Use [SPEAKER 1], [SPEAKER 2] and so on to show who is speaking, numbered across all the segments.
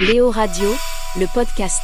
[SPEAKER 1] Léo Radio, le podcast.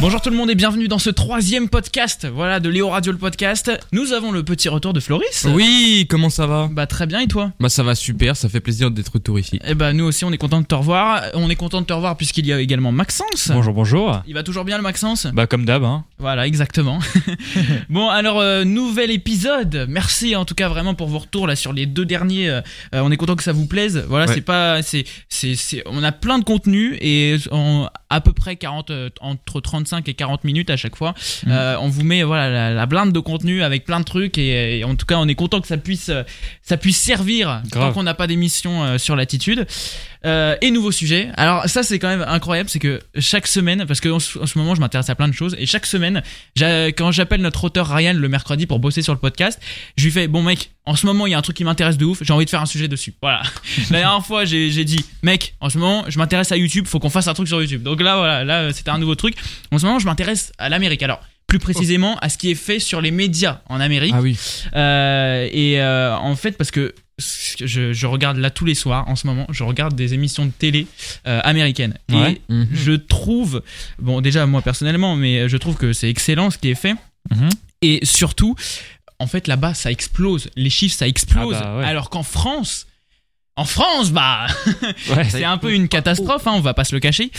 [SPEAKER 2] Bonjour tout le monde et bienvenue dans ce troisième podcast, voilà, de Léo Radio le podcast. Nous avons le petit retour de Floris.
[SPEAKER 3] Oui, comment ça va
[SPEAKER 2] Bah très bien et toi
[SPEAKER 3] Bah ça va super, ça fait plaisir d'être retour ici.
[SPEAKER 2] Eh bah nous aussi on est content de te revoir. On est content de te revoir puisqu'il y a également Maxence.
[SPEAKER 4] Bonjour, bonjour.
[SPEAKER 2] Il va toujours bien le Maxence
[SPEAKER 4] Bah comme d'hab, hein.
[SPEAKER 2] Voilà, exactement. bon, alors, euh, nouvel épisode. Merci en tout cas vraiment pour vos retours là sur les deux derniers. Euh, euh, on est content que ça vous plaise. Voilà,
[SPEAKER 3] Ouais.
[SPEAKER 2] c'est pas. c'est c'est c'est- On a plein de contenu et en, à peu près 40, euh, entre 35 et 40 minutes à chaque fois.
[SPEAKER 3] Mhm.
[SPEAKER 2] Euh, on vous met voilà, la, la blinde de contenu avec plein de trucs et, et en tout cas, on est content que ça puisse, euh, ça puisse servir tant
[SPEAKER 3] Grave.
[SPEAKER 2] qu'on n'a pas d'émission euh, sur l'attitude. Euh, et nouveau sujet. Alors ça c'est quand même incroyable, c'est que chaque semaine, parce que en ce en ce moment je m'intéresse à plein de choses, et chaque semaine, j'a- quand j'appelle notre auteur Ryan le mercredi pour bosser sur le podcast, je lui fais bon mec, en ce moment il y a un truc qui m'intéresse de ouf, j'ai envie de faire un sujet dessus. Voilà. La dernière fois j'ai j'ai dit mec, en ce moment je m'intéresse à YouTube, faut qu'on fasse un truc sur YouTube. Donc là voilà, là euh, c'était un nouveau truc. En ce moment je m'intéresse à l'Amérique. Alors plus précisément à ce qui est fait sur les médias en Amérique.
[SPEAKER 3] Ah oui.
[SPEAKER 2] Euh, et euh, en fait, parce que ce que je, je regarde là tous les soirs en ce moment, je regarde des émissions de télé euh, américaines.
[SPEAKER 4] Ouais.
[SPEAKER 2] Et je trouve, bon, déjà moi personnellement, mais je trouve que c'est excellent ce qui est fait.
[SPEAKER 4] Mhm.
[SPEAKER 2] Et surtout, en fait, là-bas, ça explose. Les chiffres, ça explose.
[SPEAKER 4] Ah bah ouais.
[SPEAKER 2] Alors qu'en France. En France, bah,
[SPEAKER 4] Ouais.
[SPEAKER 2] c'est un peu une catastrophe, hein, on va pas se le cacher.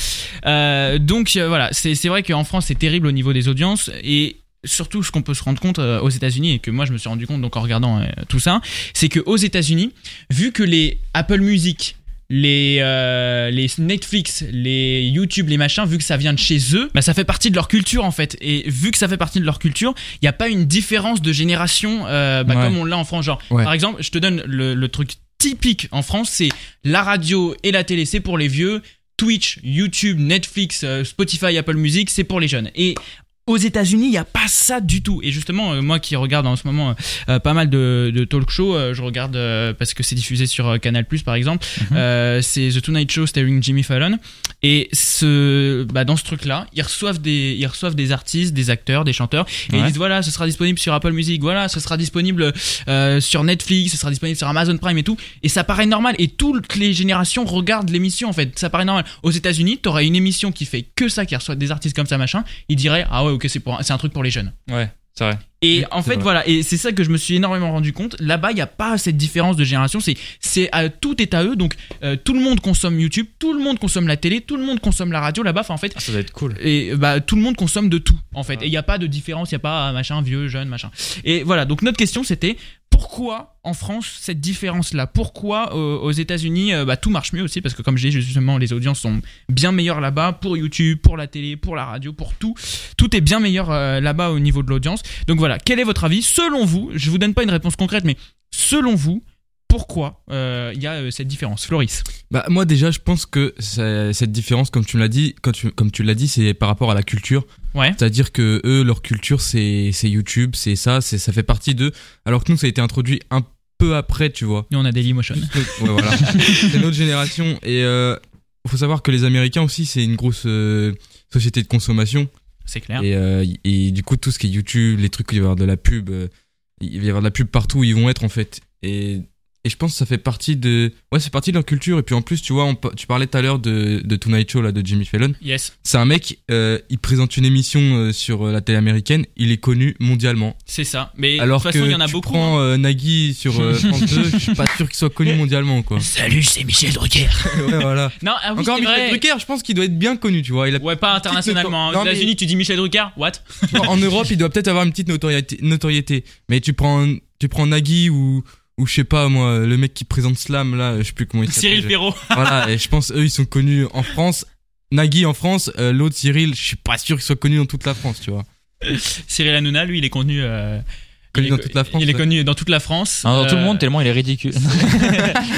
[SPEAKER 2] Euh, donc euh, voilà, c'est c'est vrai qu'en France c'est terrible au niveau des audiences et surtout ce qu'on peut se rendre compte euh, aux États-Unis et que moi je me suis rendu compte donc en regardant euh, tout ça, c'est que aux États-Unis, vu que les Apple Music, les euh, les Netflix, les YouTube, les machins, vu que ça vient de chez eux, bah ça fait partie de leur culture en fait et vu que ça fait partie de leur culture, il n'y a pas une différence de génération euh, bah,
[SPEAKER 3] Ouais.
[SPEAKER 2] comme on l'a en France genre.
[SPEAKER 3] Ouais.
[SPEAKER 2] Par exemple, je te donne le, le truc typique en France, c'est la radio et la télé, c'est pour les vieux. Twitch, YouTube, Netflix, euh, Spotify, Apple Music, c'est pour les jeunes. Et aux États-Unis, il n'y a pas ça du tout. Et justement, euh, moi qui regarde en ce moment euh, euh, pas mal de, de talk shows, euh, je regarde euh, parce que c'est diffusé sur euh, Canal par exemple. euh, c'est The Tonight Show starring Jimmy Fallon. Et ce, bah, dans ce truc-là, ils reçoivent des, ils reçoivent des artistes, des acteurs, des chanteurs, et ils
[SPEAKER 4] Ouais.
[SPEAKER 2] disent voilà, ce sera disponible sur Apple Music, voilà, ce sera disponible euh, sur Netflix, ce sera disponible sur Amazon Prime et tout. Et ça paraît normal. Et toutes les générations regardent l'émission en fait. Ça paraît normal. Aux États-Unis, t'aurais une émission qui fait que ça, qui reçoit des artistes comme ça machin. Ils diraient ah ouais ok c'est pour, un- c'est un truc pour les jeunes.
[SPEAKER 4] Ouais, c'est vrai.
[SPEAKER 2] Et
[SPEAKER 3] Oui,
[SPEAKER 2] en
[SPEAKER 3] c'est
[SPEAKER 2] fait,
[SPEAKER 3] vrai.
[SPEAKER 2] voilà, et c'est ça que je me suis énormément rendu compte. Là-bas, il n'y a pas cette différence de génération. C'est, c'est à- tout est à eux. Donc, euh, tout le monde consomme YouTube, tout le monde consomme la télé, tout le monde consomme la radio là-bas. Enfin, en fait,
[SPEAKER 4] Ah, ça doit être cool.
[SPEAKER 2] et euh, bah, tout le monde consomme de tout, en fait.
[SPEAKER 4] Ouais.
[SPEAKER 2] Et il n'y a pas de différence. Il n'y a pas ah, machin vieux, jeune, machin. Et voilà. Donc, notre question, c'était pourquoi en France cette différence-là Pourquoi euh, aux États-Unis, euh, bah, tout marche mieux aussi Parce que, comme je dis justement, les audiences sont bien meilleures là-bas pour YouTube, pour la télé, pour la radio, pour tout. Tout est bien meilleur euh, là-bas au niveau de l'audience. Donc voilà, quel est votre avis Selon vous, je vous donne pas une réponse concrète, mais selon vous, pourquoi euh, il y a euh, cette différence Floris
[SPEAKER 3] Bah moi déjà, je pense que ça- cette différence, comme tu me l'as dit, quand tu, comme tu l'as dit, c'est par rapport à la culture.
[SPEAKER 2] Ouais.
[SPEAKER 3] C'est-à-dire que eux, leur culture, c'est c'est YouTube, c'est ça, c'est ça fait partie d'eux. Alors que nous, ça a été introduit un peu après, tu vois.
[SPEAKER 2] Nous, on a Dailymotion.
[SPEAKER 3] Ouais, voilà. c'est notre génération. Et euh, faut savoir que les Américains aussi, c'est une grosse euh, société de consommation.
[SPEAKER 2] C'est clair.
[SPEAKER 3] Et, euh, et du coup, tout ce qui est YouTube, les trucs, il va y avoir de la pub, euh, il va y avoir de la pub partout où ils vont être en fait. Et, et je pense que ça fait partie de. Ouais, c'est partie de leur culture. Et puis en plus, tu vois, on pa- tu parlais tout à l'heure de, de Tonight Show là, de Jimmy Fallon.
[SPEAKER 2] Yes,
[SPEAKER 3] C'est un mec, euh, il présente une émission euh, sur euh, la télé américaine, il est connu mondialement.
[SPEAKER 2] c'est ça. Mais
[SPEAKER 3] Alors
[SPEAKER 2] de toute façon,
[SPEAKER 3] que
[SPEAKER 2] il y en a
[SPEAKER 3] tu
[SPEAKER 2] beaucoup. hein.
[SPEAKER 3] prends euh, Nagui sur euh, France 2, je suis pas sûr qu'il soit connu mondialement quoi.
[SPEAKER 2] Salut, c'est Michel Drucker.
[SPEAKER 3] ouais, voilà.
[SPEAKER 2] Non, ah oui,
[SPEAKER 3] Encore
[SPEAKER 2] c'est
[SPEAKER 3] Michel
[SPEAKER 2] vrai.
[SPEAKER 3] Drucker, je pense qu'il doit être bien connu, tu vois. Il a
[SPEAKER 2] Ouais, pas internationalement.
[SPEAKER 3] Non,
[SPEAKER 2] Aux
[SPEAKER 3] mais-
[SPEAKER 2] États-Unis, tu dis Michel Drucker What
[SPEAKER 3] Non, en Europe, il doit peut-être avoir une petite notoriété, notoriété. Mais tu prends, tu prends Nagui ou, ou je sais pas moi, le mec qui présente Slam là, je sais plus comment il s'appelle.
[SPEAKER 2] Cyril Perrault.
[SPEAKER 3] Voilà, et je pense eux ils sont connus en France. Nagui en France, euh, l'autre Cyril, je suis pas sûr qu'il soit connu dans toute la France, tu vois.
[SPEAKER 2] Cyril Hanouna, lui, il est connu. euh, il
[SPEAKER 3] Connu
[SPEAKER 2] est
[SPEAKER 3] dans
[SPEAKER 2] co-
[SPEAKER 3] toute la France,
[SPEAKER 2] Il est
[SPEAKER 3] ouais.
[SPEAKER 2] connu dans toute la France.
[SPEAKER 4] Non, Ah, dans tout le
[SPEAKER 2] Euh,
[SPEAKER 4] monde, tellement il est ridicule. tu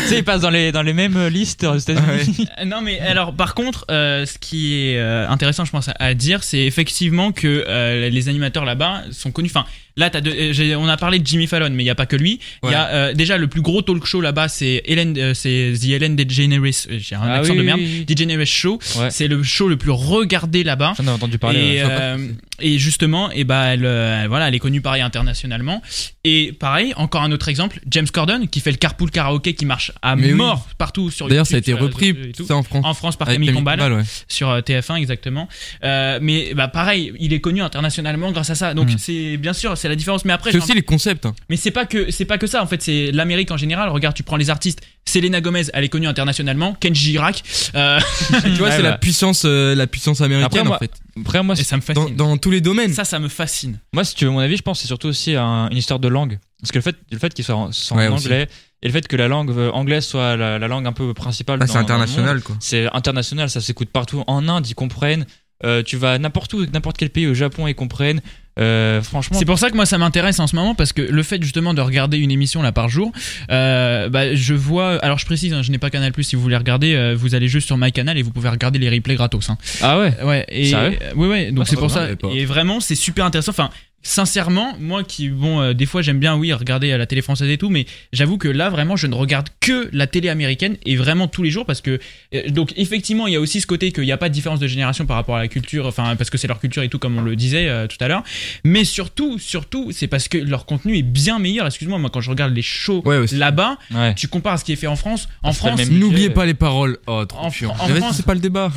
[SPEAKER 4] sais, il passe dans les, dans les mêmes euh, listes aux États-Unis.
[SPEAKER 2] Euh, Non mais alors par contre, euh, ce qui est euh, intéressant je pense à, à dire, c'est effectivement que euh, les animateurs là-bas sont connus. Enfin, Là, t'as deux- euh, j'ai- on a parlé de Jimmy Fallon, mais il y a pas que lui. Il y a euh, déjà le plus gros talk show là-bas, c'est Hélène, euh, c'est The Hélène DeGeneres. euh, J'ai un
[SPEAKER 4] Ah
[SPEAKER 2] accent
[SPEAKER 4] oui,
[SPEAKER 2] de merde.
[SPEAKER 4] oui, oui.
[SPEAKER 2] DeGeneres Show.
[SPEAKER 4] Ouais.
[SPEAKER 2] C'est le show le plus regardé là-bas.
[SPEAKER 4] J'en ai entendu parler.
[SPEAKER 2] Et,
[SPEAKER 4] ouais.
[SPEAKER 2] euh, et justement, et bah, elle, euh, voilà, elle est connue pareil internationalement. Et pareil, encore un autre exemple, James Corden qui fait le carpool karaoké qui marche à
[SPEAKER 3] Mais oui.
[SPEAKER 2] mort partout sur.
[SPEAKER 3] D'ailleurs,
[SPEAKER 2] YouTube,
[SPEAKER 3] ça a été
[SPEAKER 2] sur les réseaux
[SPEAKER 3] repris,
[SPEAKER 2] sociaux et tout.
[SPEAKER 3] ça en France.
[SPEAKER 2] En France par
[SPEAKER 3] avec
[SPEAKER 2] Camille Combal
[SPEAKER 3] Combal, ouais.
[SPEAKER 2] sur euh, TF1 exactement. Euh, mais bah pareil, il est connu internationalement grâce à ça. Donc
[SPEAKER 3] Mm.
[SPEAKER 2] c'est bien sûr, c'est la différence. Mais après,
[SPEAKER 3] C'est
[SPEAKER 2] j'en-
[SPEAKER 3] aussi les concepts. hein.
[SPEAKER 2] mais c'est pas que c'est pas que ça. En fait, c'est l'Amérique en général. Regarde, tu prends les artistes. Selena Gomez, elle est connue internationalement. Kenji Girac. euh,
[SPEAKER 3] tu vois,
[SPEAKER 4] Ouais,
[SPEAKER 3] c'est
[SPEAKER 4] bah.
[SPEAKER 3] la puissance, euh, la puissance américaine
[SPEAKER 4] Après, moi,
[SPEAKER 3] en fait.
[SPEAKER 4] Après, moi,
[SPEAKER 2] et ça me
[SPEAKER 3] Dans,
[SPEAKER 2] fascine.
[SPEAKER 3] dans tous les domaines.
[SPEAKER 2] Bah, Ça, ça me fascine.
[SPEAKER 4] Moi, si tu veux mon avis, je pense que c'est surtout aussi un- une histoire de langue. Parce que le fait, le fait qu'il soit en, soit en
[SPEAKER 3] Ouais, aussi.
[SPEAKER 4] anglais et le fait que la langue euh, anglaise soit la, la langue un peu principale.
[SPEAKER 3] Bah, c'est
[SPEAKER 4] dans- dans le monde,
[SPEAKER 3] international quoi.
[SPEAKER 4] C'est international, ça s'écoute partout. En Inde, ils comprennent. Euh, tu vas n'importe où, n'importe quel pays, au Japon, ils comprennent. Euh, franchement,
[SPEAKER 2] C'est pour ça que moi ça m'intéresse en ce moment parce que le fait justement de regarder une émission là par jour, euh, bah, je vois. Alors je précise, hein, je n'ai pas Canal Plus. Si vous voulez regarder, euh, vous allez juste sur my canal et vous pouvez regarder les replays gratos. hein.
[SPEAKER 4] ah ouais.
[SPEAKER 2] Ouais. Et
[SPEAKER 4] Sérieux
[SPEAKER 2] euh, ouais, ouais. Donc
[SPEAKER 3] Ah,
[SPEAKER 2] c'est
[SPEAKER 3] ça
[SPEAKER 2] pour
[SPEAKER 3] va,
[SPEAKER 2] ça.
[SPEAKER 3] j'avais pas.
[SPEAKER 2] Et vraiment, c'est super intéressant. Enfin, sincèrement, moi qui bon, euh, des fois j'aime bien oui regarder à la télé française et tout, mais j'avoue que là vraiment, je ne regarde que la télé américaine et vraiment tous les jours parce que euh, donc effectivement, il y a aussi ce côté qu'il n'y a pas de différence de génération par rapport à la culture. Enfin, parce que c'est leur culture et tout, comme on le disait euh, tout à l'heure. Mais surtout, surtout, c'est parce que leur contenu est bien meilleur. Excuse-moi, moi quand je regarde les shows
[SPEAKER 3] Ouais, aussi.
[SPEAKER 2] là-bas,
[SPEAKER 4] Ouais.
[SPEAKER 2] tu compares à ce qui est fait en France. En
[SPEAKER 4] C'est pas le
[SPEAKER 2] France,
[SPEAKER 4] même
[SPEAKER 3] N'oubliez
[SPEAKER 4] budget,
[SPEAKER 3] pas les paroles. Oh, trop
[SPEAKER 2] En-
[SPEAKER 3] chiant.
[SPEAKER 2] en
[SPEAKER 3] Mais vas-y,
[SPEAKER 2] France-
[SPEAKER 3] c'est pas le débat.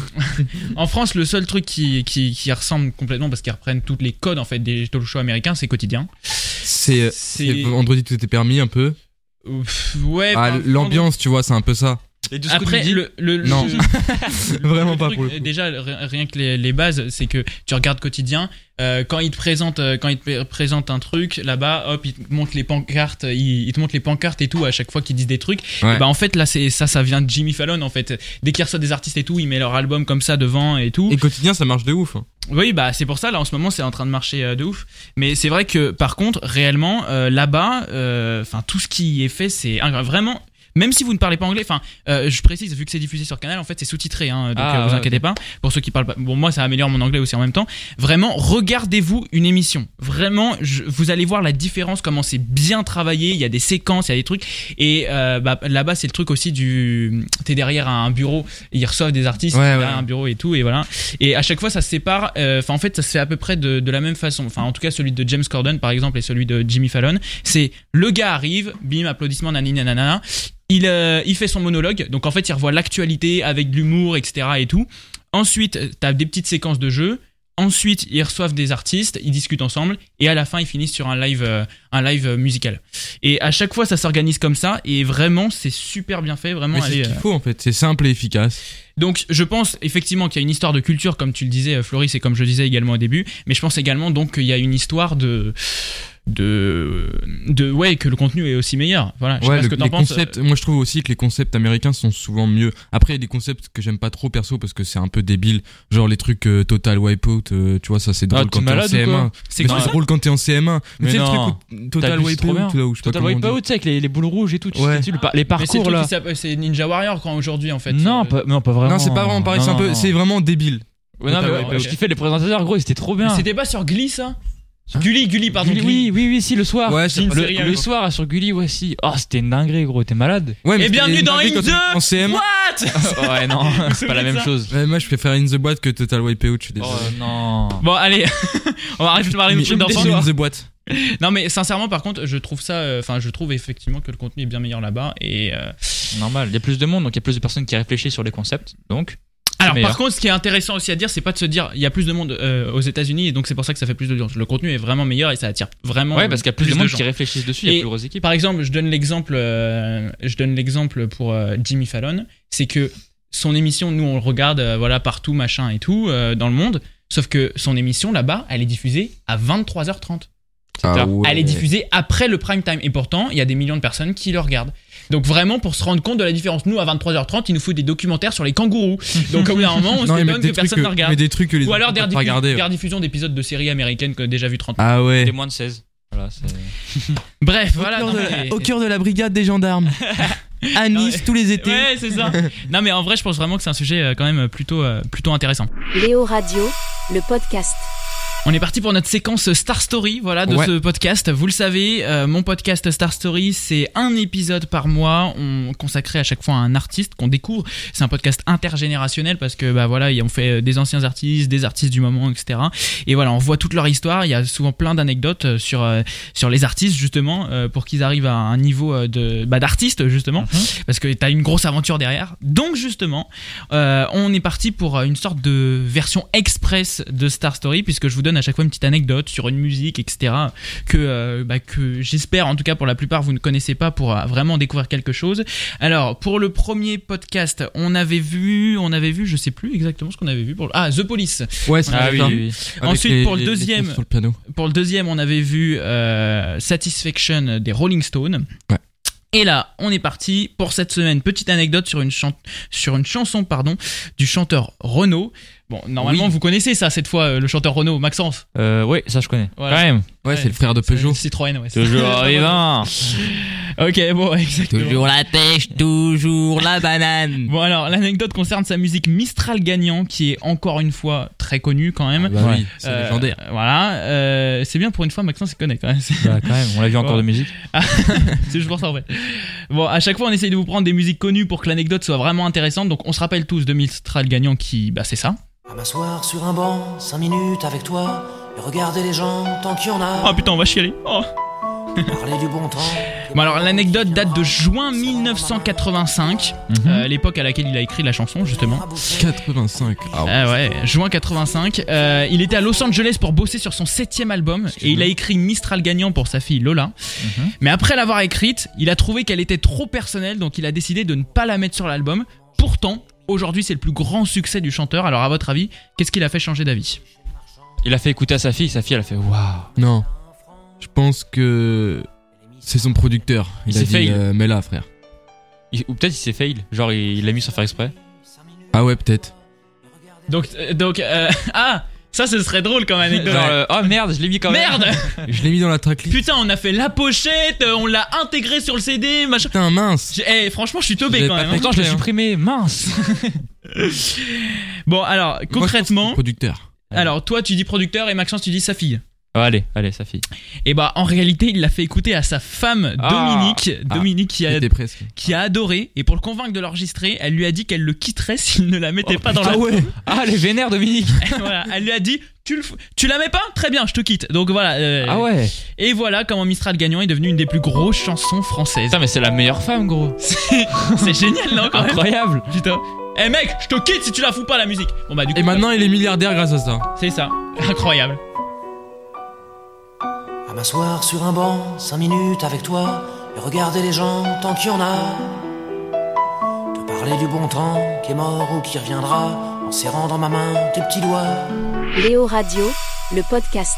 [SPEAKER 2] En France, le seul truc qui, qui, qui ressemble complètement, parce qu'ils reprennent tous les codes en fait des talk shows américains, c'est quotidien.
[SPEAKER 3] C'est euh,
[SPEAKER 2] C'est-
[SPEAKER 3] c'est vendredi tout était permis un peu.
[SPEAKER 2] Ouf, ouais.
[SPEAKER 3] Ah,
[SPEAKER 2] ben,
[SPEAKER 3] l'ambiance, tu vois, c'est un peu ça.
[SPEAKER 4] Et du
[SPEAKER 2] Après,
[SPEAKER 4] Scooby-Doo,
[SPEAKER 2] le, le-
[SPEAKER 3] Non.
[SPEAKER 2] le-
[SPEAKER 3] Vraiment
[SPEAKER 2] le
[SPEAKER 3] pas
[SPEAKER 2] truc,
[SPEAKER 3] pour le coup.
[SPEAKER 2] Déjà, ri- rien que les, les bases, c'est que tu regardes quotidien. euh, quand ils te présentent, euh, quand ils te pr- présentent un truc là-bas, hop, ils te montrent les pancartes, ils, ils te montrent les pancartes et tout à chaque fois qu'ils disent des trucs.
[SPEAKER 3] Ouais.
[SPEAKER 2] Et bah en fait là, c'est ça, ça vient de Jimmy Fallon en fait. Dès qu'il reçoit des artistes et tout, il met leur album comme ça devant et tout.
[SPEAKER 3] Et quotidien, ça marche de ouf. hein.
[SPEAKER 2] Oui, bah c'est pour ça là en ce moment c'est en train de marcher euh, de ouf. Mais c'est vrai que par contre réellement euh, là-bas, euh, enfin tout ce qui est fait c'est incroyable. vraiment. Même si vous ne parlez pas anglais, enfin, euh, je précise, vu que c'est diffusé sur Canal, en fait, c'est sous-titré, hein, donc
[SPEAKER 4] Ah,
[SPEAKER 2] euh, vous
[SPEAKER 4] ouais,
[SPEAKER 2] inquiétez pas. Pour ceux qui parlent pas, bon, moi, ça améliore mon anglais aussi en même temps. Vraiment, regardez-vous une émission. Vraiment, je- vous allez voir la différence, comment c'est bien travaillé. Il y a des séquences, il y a des trucs. Et euh, bah, là-bas, c'est le truc aussi du, t'es derrière un bureau, ils reçoivent des artistes,
[SPEAKER 3] Ouais,
[SPEAKER 2] derrière
[SPEAKER 3] ouais.
[SPEAKER 2] un bureau et tout, et voilà. Et à chaque fois, ça se sépare. euh, Enfin, en fait, ça se fait à peu près de, de la même façon. Enfin, en tout cas, celui de James Corden, par exemple, et celui de Jimmy Fallon, c'est le gars arrive, bim, applaudissements, nani, nanana. Il, euh, il fait son monologue. Donc, en fait, il revoit l'actualité avec de l'humour, etc. et tout. Ensuite, euh, t'as des petites séquences de jeu. Ensuite, ils reçoivent des artistes, ils discutent ensemble, et à la fin, ils finissent sur un live, euh, un live euh, musical. Et à chaque fois, ça s'organise comme ça, et vraiment, c'est super bien fait. Vraiment,
[SPEAKER 3] Mais c'est
[SPEAKER 2] allez,
[SPEAKER 3] ce qu'il
[SPEAKER 2] euh,
[SPEAKER 3] faut en fait. C'est simple et efficace.
[SPEAKER 2] donc je pense effectivement qu'il y a une histoire de culture, comme tu le disais euh, Floris, et comme je le disais également au début, mais je pense également donc qu'il y a une histoire de... De, de ouais que le contenu est aussi meilleur voilà je sais
[SPEAKER 3] Ouais,
[SPEAKER 2] pas ce
[SPEAKER 3] le-
[SPEAKER 2] que t'en
[SPEAKER 3] les
[SPEAKER 2] penses
[SPEAKER 3] concepts. Moi, je trouve aussi que les concepts américains sont souvent mieux. Après, il y a des concepts que j'aime pas trop perso parce que c'est un peu débile. Genre les trucs euh, Total Wipeout. euh, tu vois, ça c'est drôle
[SPEAKER 4] Ah, t'es
[SPEAKER 3] quand t'es en
[SPEAKER 4] malade ou
[SPEAKER 3] CM1.
[SPEAKER 4] quoi
[SPEAKER 2] euh, c'est
[SPEAKER 3] Mais
[SPEAKER 2] quoi
[SPEAKER 4] grave.
[SPEAKER 3] c'est drôle quand t'es en CM1.
[SPEAKER 4] Mais
[SPEAKER 3] Mais, c'est
[SPEAKER 4] non.
[SPEAKER 3] le truc où- Total
[SPEAKER 4] vu, c'est trop bien.
[SPEAKER 3] Wipeout là où je sais pas
[SPEAKER 4] Total
[SPEAKER 3] comment on dit.
[SPEAKER 4] Wipeout, tu sais, avec les, les boules rouges et tout, tu sais,
[SPEAKER 3] Ouais.
[SPEAKER 4] tu le par- les
[SPEAKER 2] Ah, Mais c'est le
[SPEAKER 4] parcours
[SPEAKER 2] truc
[SPEAKER 4] là.
[SPEAKER 2] qui s'appelle- c'est Ninja Warrior quand aujourd'hui en fait
[SPEAKER 4] Non,
[SPEAKER 2] Euh,
[SPEAKER 4] pas, non, pas vraiment.
[SPEAKER 3] Non, c'est pas vraiment pareil.
[SPEAKER 4] Non,
[SPEAKER 3] C'est un
[SPEAKER 4] non,
[SPEAKER 3] peu.
[SPEAKER 4] non.
[SPEAKER 3] C'est vraiment débile.
[SPEAKER 4] Ouais, non, mais
[SPEAKER 2] Total
[SPEAKER 4] ouais,
[SPEAKER 2] Wipeout.
[SPEAKER 4] je kiffais les présentateurs, gros, c'était trop bien.
[SPEAKER 2] mais c'était pas sur Glee ça
[SPEAKER 3] Hein
[SPEAKER 2] Gulli Gulli pardon
[SPEAKER 4] Gulli,
[SPEAKER 2] Gulli.
[SPEAKER 4] oui, oui, oui, si, le soir.
[SPEAKER 3] Ouais, c'est
[SPEAKER 2] Une
[SPEAKER 3] pas-
[SPEAKER 2] série
[SPEAKER 4] le, le soir sur Gulli, ouais, si. Oh, c'était une dinguerie, gros, t'es malade.
[SPEAKER 3] Ouais, mais
[SPEAKER 2] et
[SPEAKER 3] c'était
[SPEAKER 2] bienvenue
[SPEAKER 3] une
[SPEAKER 2] dans
[SPEAKER 3] dinguerie
[SPEAKER 2] In
[SPEAKER 3] quand t'es En
[SPEAKER 2] the
[SPEAKER 3] CM1.
[SPEAKER 2] What
[SPEAKER 4] ouais, non, c'est pas la même chose.
[SPEAKER 3] Ouais, moi je préfère In the Boîte que Total Wipeout, je suis
[SPEAKER 4] Oh
[SPEAKER 3] désolé.
[SPEAKER 4] non.
[SPEAKER 2] bon allez on va arrêter de parler de
[SPEAKER 3] Mais-
[SPEAKER 2] trucs
[SPEAKER 3] mais
[SPEAKER 2] d'enfants
[SPEAKER 3] In the Boîte.
[SPEAKER 2] non mais sincèrement par contre je trouve ça euh, enfin je trouve effectivement que le contenu est bien meilleur là-bas et euh,
[SPEAKER 4] Normal, il y a plus de monde, donc il y a plus de personnes qui réfléchissent sur les concepts. Donc,
[SPEAKER 2] Alors
[SPEAKER 4] meilleur.
[SPEAKER 2] par contre, ce qui est intéressant aussi à dire, c'est pas de se dire il y a plus de monde euh, aux États-Unis et donc c'est pour ça que ça fait plus d'audience. Le contenu est vraiment meilleur et ça attire vraiment.
[SPEAKER 4] ouais, parce qu'il y a plus, de monde qui
[SPEAKER 2] gens.
[SPEAKER 4] réfléchissent dessus, il y a
[SPEAKER 2] Et-
[SPEAKER 4] plus de grosses équipes.
[SPEAKER 2] Par exemple, je donne l'exemple, euh, je donne l'exemple pour euh, Jimmy Fallon, c'est que son émission, nous on le regarde, euh, voilà partout, machin et tout, euh, dans le monde. Sauf que son émission là-bas, elle est diffusée à 23h30.
[SPEAKER 4] Ah
[SPEAKER 2] Elle est diffusée après le prime time. Et pourtant, il y a des millions de personnes qui le regardent. Donc vraiment, pour se rendre compte de la différence, nous, à 23h30, il nous faut des documentaires sur les kangourous. Donc au bout d'un moment, on
[SPEAKER 3] Non,
[SPEAKER 2] se
[SPEAKER 3] mais
[SPEAKER 2] étonne
[SPEAKER 3] des
[SPEAKER 2] que
[SPEAKER 3] trucs euh,
[SPEAKER 2] personne ne
[SPEAKER 3] mais
[SPEAKER 2] regarde.
[SPEAKER 3] des trucs que les
[SPEAKER 2] Ou alors des
[SPEAKER 3] autres
[SPEAKER 2] rediffu-
[SPEAKER 3] pas regardé.
[SPEAKER 2] des rediffusions d'épisodes de séries américaines que déjà vu 30 ans.
[SPEAKER 3] Ah
[SPEAKER 4] Des
[SPEAKER 3] ouais.
[SPEAKER 4] moins de 16. Voilà, c'est.
[SPEAKER 2] Bref, voilà. non, mais-
[SPEAKER 3] de la brigade des gendarmes. À
[SPEAKER 2] Nice,
[SPEAKER 3] tous les
[SPEAKER 2] Ouais, c'est ça. non, mais en vrai, je euh, pense vraiment que c'est un sujet euh, quand même plutôt, euh, plutôt intéressant.
[SPEAKER 1] Léo Radio, le podcast.
[SPEAKER 2] On est parti pour notre séquence Star Story, voilà, de
[SPEAKER 3] Ouais.
[SPEAKER 2] ce podcast. Vous le savez, euh, mon podcast Star Story, c'est un épisode par mois, on consacré à chaque fois à un artiste qu'on découvre. C'est un podcast intergénérationnel parce que bah voilà, y- on fait euh, des anciens artistes, des artistes du moment, etc. Et voilà, on voit toute leur histoire. Il y a souvent plein d'anecdotes euh, sur euh, sur les artistes justement euh, pour qu'ils arrivent à un niveau euh, de bah, d'artiste justement parce que t'as une grosse aventure derrière. Donc justement, euh, on est parti pour euh, une sorte de version express de Star Story, puisque je vous donne à chaque fois une petite anecdote sur une musique, etc. Que, euh, bah, que j'espère, en tout cas pour la plupart, vous ne connaissez pas pour euh, vraiment découvrir quelque chose. Alors, pour le premier podcast, on avait vu, on avait vu, je sais plus exactement ce qu'on avait vu pour le- ah The Police.
[SPEAKER 3] Ouais, c'est
[SPEAKER 4] Ah oui,
[SPEAKER 3] ça.
[SPEAKER 4] oui, oui.
[SPEAKER 3] Avec
[SPEAKER 2] Ensuite,
[SPEAKER 3] les-
[SPEAKER 2] pour le
[SPEAKER 3] les- les
[SPEAKER 2] deuxième-
[SPEAKER 3] pièces sur le piano.
[SPEAKER 2] Pour le deuxième, on avait vu euh, Satisfaction des Rolling Stones.
[SPEAKER 3] Ouais.
[SPEAKER 2] Et là, on est parti pour cette semaine. Petite anecdote sur une, chan- sur une chanson pardon, du chanteur Renaud. Bon, normalement, vous connaissez ça cette fois, euh, le chanteur Renaud, Maxence.
[SPEAKER 4] Euh, ouais, ça je connais.
[SPEAKER 2] Voilà.
[SPEAKER 4] Quand même.
[SPEAKER 3] Ouais,
[SPEAKER 4] Bah,
[SPEAKER 2] Ouais,
[SPEAKER 3] c'est le frère de
[SPEAKER 2] C'est-
[SPEAKER 3] Peugeot.
[SPEAKER 2] Citroën, ouais. c'est-
[SPEAKER 4] Toujours vivant.
[SPEAKER 2] Ok, bon, exactement.
[SPEAKER 3] la pêche, toujours la banane.
[SPEAKER 2] Bon, alors, l'anecdote concerne sa musique Mistral Gagnant, qui est encore une fois très connue quand même.
[SPEAKER 3] Bah
[SPEAKER 4] Ouais.
[SPEAKER 3] oui, c'est
[SPEAKER 2] Euh,
[SPEAKER 3] légendaire.
[SPEAKER 2] Voilà, euh, c'est bien pour une fois, Maxence il connaît quand même.
[SPEAKER 4] Bah, quand même, on l'a vu encore de musique.
[SPEAKER 2] C'est juste pour ça en fait. Bon, à chaque fois, on essaye de vous prendre des musiques connues pour que l'anecdote soit vraiment intéressante. Donc, on se rappelle tous de Mistral Gagnant qui, bah, c'est ça.
[SPEAKER 5] À m'asseoir sur un banc, 5 minutes avec toi, et regarder les gens tant qu'il y en
[SPEAKER 2] Oh
[SPEAKER 5] a,
[SPEAKER 2] putain, on va chialer. Oh.
[SPEAKER 5] parler du bon temps.
[SPEAKER 2] Bon, alors, l'anecdote date de juin 1985, euh, l'époque à laquelle il a écrit la chanson, justement.
[SPEAKER 3] 85. Ah ouais.
[SPEAKER 2] Ah ouais, juin 85. Euh, il était à Los Angeles pour bosser sur son septième album et il a écrit Mistral Gagnant pour sa fille Lola. Mais après l'avoir écrite, il a trouvé qu'elle était trop personnelle donc il a décidé de ne pas la mettre sur l'album. Pourtant, aujourd'hui c'est le plus grand succès du chanteur. Alors à votre avis, qu'est-ce qui l'a fait changer d'avis
[SPEAKER 4] Il a fait écouter à sa fille, sa fille elle a fait waouh.
[SPEAKER 3] Non. Je pense que c'est son producteur. Il
[SPEAKER 4] Il
[SPEAKER 3] a
[SPEAKER 4] s'est fait,
[SPEAKER 3] dit,
[SPEAKER 4] il-
[SPEAKER 3] euh, mais là, frère.
[SPEAKER 4] Il- Ou peut-être il s'est fail, genre il il l'a mis sans faire exprès.
[SPEAKER 3] Ah ouais, peut-être.
[SPEAKER 2] Donc, euh, donc euh, ah, ça ce serait drôle comme anecdote.
[SPEAKER 4] Genre, euh, oh merde, je l'ai mis quand même.
[SPEAKER 2] Merde
[SPEAKER 3] Je l'ai mis dans la tracklist.
[SPEAKER 2] Putain, on a fait la pochette, euh, on l'a intégré sur le CD, machin.
[SPEAKER 3] Putain, mince.
[SPEAKER 2] J'ai- Eh, franchement, je suis teubé
[SPEAKER 3] J'avais
[SPEAKER 2] quand
[SPEAKER 3] pas
[SPEAKER 2] même. hein.
[SPEAKER 4] Pourtant, je l'ai
[SPEAKER 3] Hein.
[SPEAKER 4] supprimé, mince.
[SPEAKER 2] Bon, alors, concrètement,
[SPEAKER 3] Producteur.
[SPEAKER 2] Alors toi tu dis producteur et Maxence tu dis sa fille.
[SPEAKER 4] Ah, allez, allez, sa fille.
[SPEAKER 2] Et bah en réalité il l'a fait écouter à sa femme
[SPEAKER 4] Ah.
[SPEAKER 2] Dominique, Dominique qui, a,
[SPEAKER 3] C'était presque.
[SPEAKER 2] qui a adoré et pour le convaincre de l'enregistrer elle lui a dit qu'elle le quitterait s'il ne la mettait
[SPEAKER 4] Oh,
[SPEAKER 2] pas dans la...
[SPEAKER 4] ouais. Ah, les vénères, Dominique.
[SPEAKER 2] voilà, elle lui a dit tu, le fous- tu la mets pas Très bien je te quitte. Donc voilà. euh,
[SPEAKER 4] Ah ouais.
[SPEAKER 2] Et voilà comment Mistral Gagnant est devenue une des plus grosses chansons françaises.
[SPEAKER 4] Putain, mais c'est la meilleure femme, gros.
[SPEAKER 2] C'est génial là encore.
[SPEAKER 4] Incroyable.
[SPEAKER 2] Putain. Eh mec, je te quitte si tu la fous pas la musique. Bon bah du coup
[SPEAKER 3] Et maintenant, il est milliardaire grâce à ça.
[SPEAKER 2] c'est ça. Incroyable.
[SPEAKER 5] À m'asseoir sur un banc, 5 minutes avec toi, et regarder les gens tant qu'il y en a. Te parler du bon temps qui est mort ou qui reviendra, en serrant dans ma main tes petits doigts.
[SPEAKER 1] Léo Radio, le podcast.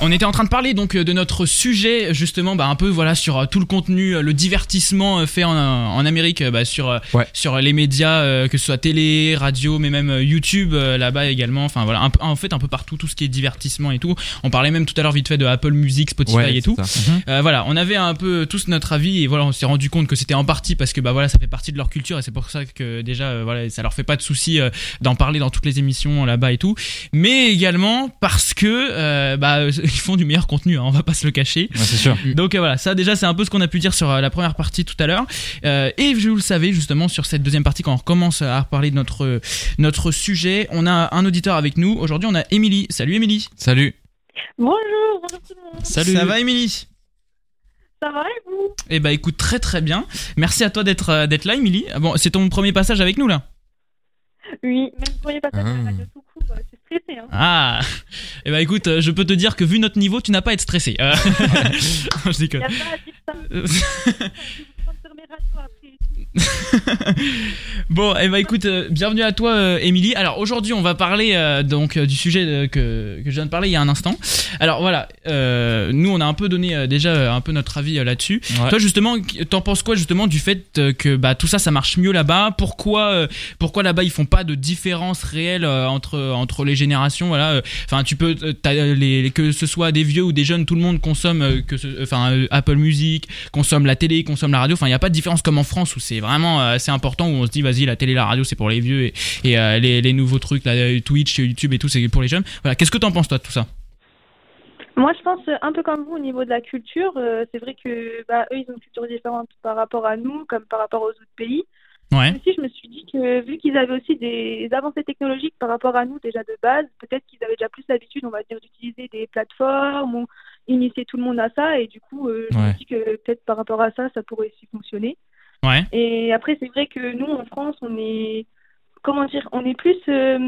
[SPEAKER 2] On était en train de parler donc euh, de notre sujet justement bah, un peu voilà sur euh, tout le contenu euh, le divertissement euh, fait en, en Amérique euh, bah, sur euh,
[SPEAKER 3] Ouais.
[SPEAKER 2] sur les médias euh, que ce soit télé radio mais même euh, YouTube euh, là-bas également enfin voilà un peu- en fait un peu partout tout ce qui est divertissement et tout on parlait même tout à l'heure vite fait de Apple Music Spotify et
[SPEAKER 3] c'est
[SPEAKER 2] tout
[SPEAKER 3] ça.
[SPEAKER 2] euh, voilà, on avait un peu tous notre avis et voilà, on s'est rendu compte que c'était en partie parce que bah voilà, ça fait partie de leur culture et c'est pour ça que déjà euh, voilà, ça leur fait pas de souci euh, d'en parler dans toutes les émissions euh, là-bas et tout, mais également parce que euh, bah euh, ils font du meilleur contenu, hein, on va pas se le cacher.
[SPEAKER 4] c'est sûr.
[SPEAKER 2] Donc euh, voilà, ça déjà c'est un peu ce qu'on a pu dire sur euh, la première partie tout à l'heure. Euh, et je vous le savez justement sur cette deuxième partie quand on recommence à reparler de notre euh, notre sujet, on a un auditeur avec nous. Aujourd'hui, on a Émilie. Salut Émilie.
[SPEAKER 3] Salut.
[SPEAKER 6] Bonjour, bonjour tout le monde.
[SPEAKER 2] Ça va Émilie
[SPEAKER 6] Ça va et vous
[SPEAKER 2] Eh bah écoute très très bien. Merci à toi d'être euh, d'être là, Emily. Ah Bon, c'est ton premier passage avec nous là.
[SPEAKER 6] Oui, même pour les passages de
[SPEAKER 3] Ah.
[SPEAKER 6] la radio tout court, euh, je suis stressée. Hein.
[SPEAKER 2] Ah. Eh bah écoute, euh, je peux te dire que vu notre niveau, tu n'as pas à être stressé. Euh, je
[SPEAKER 6] Il n'y
[SPEAKER 2] déconne.
[SPEAKER 6] a pas à dire ça.
[SPEAKER 2] Euh,
[SPEAKER 6] Je vais vous prendre sur mes radios après.
[SPEAKER 2] bon, eh bah écoute, euh, bienvenue à toi, euh, Émilie. Alors aujourd'hui, on va parler euh, donc euh, du sujet euh, que, que je viens de parler il y a un instant. Alors voilà, euh, nous on a un peu donné euh, déjà euh, un peu notre avis euh, là-dessus.
[SPEAKER 4] Ouais.
[SPEAKER 2] Toi justement, qu- t'en penses quoi justement du fait euh, que bah, tout ça, ça marche mieux là-bas Pourquoi, euh, pourquoi là-bas ils font pas de différence réelle euh, entre entre les générations Voilà, euh, enfin tu peux, euh, t'as, euh, les, les- que ce soit des vieux ou des jeunes, tout le monde consomme, euh, que ce- enfin euh, Apple Music, consomme la télé, consomme la radio. Enfin, il n'y a pas de différence comme en France où c'est vraiment euh, assez important où on se dit vas-y la télé, la radio c'est pour les vieux et, et, euh, les, les nouveaux trucs, là, euh, Twitch, YouTube et tout c'est pour les jeunes. Voilà, qu'est-ce que t'en penses toi de tout ça
[SPEAKER 6] Moi, je pense euh, un peu comme vous au niveau de la culture. euh, c'est vrai que bah, eux, ils ont une culture différente par rapport à nous, comme par rapport aux autres pays.
[SPEAKER 2] Ouais.
[SPEAKER 6] Mais Aussi, je me suis dit que vu qu'ils avaient aussi des avancées technologiques par rapport à nous déjà de base, peut-être qu'ils avaient déjà plus l'habitude, on va dire, d'utiliser des plateformes ou initier tout le monde à ça. Et du coup, euh, je
[SPEAKER 4] Ouais.
[SPEAKER 6] me suis dit que peut-être par rapport à ça, ça pourrait aussi fonctionner.
[SPEAKER 2] Ouais.
[SPEAKER 6] Et après, c'est vrai que nous, en France, on est, comment dire, on est plus euh,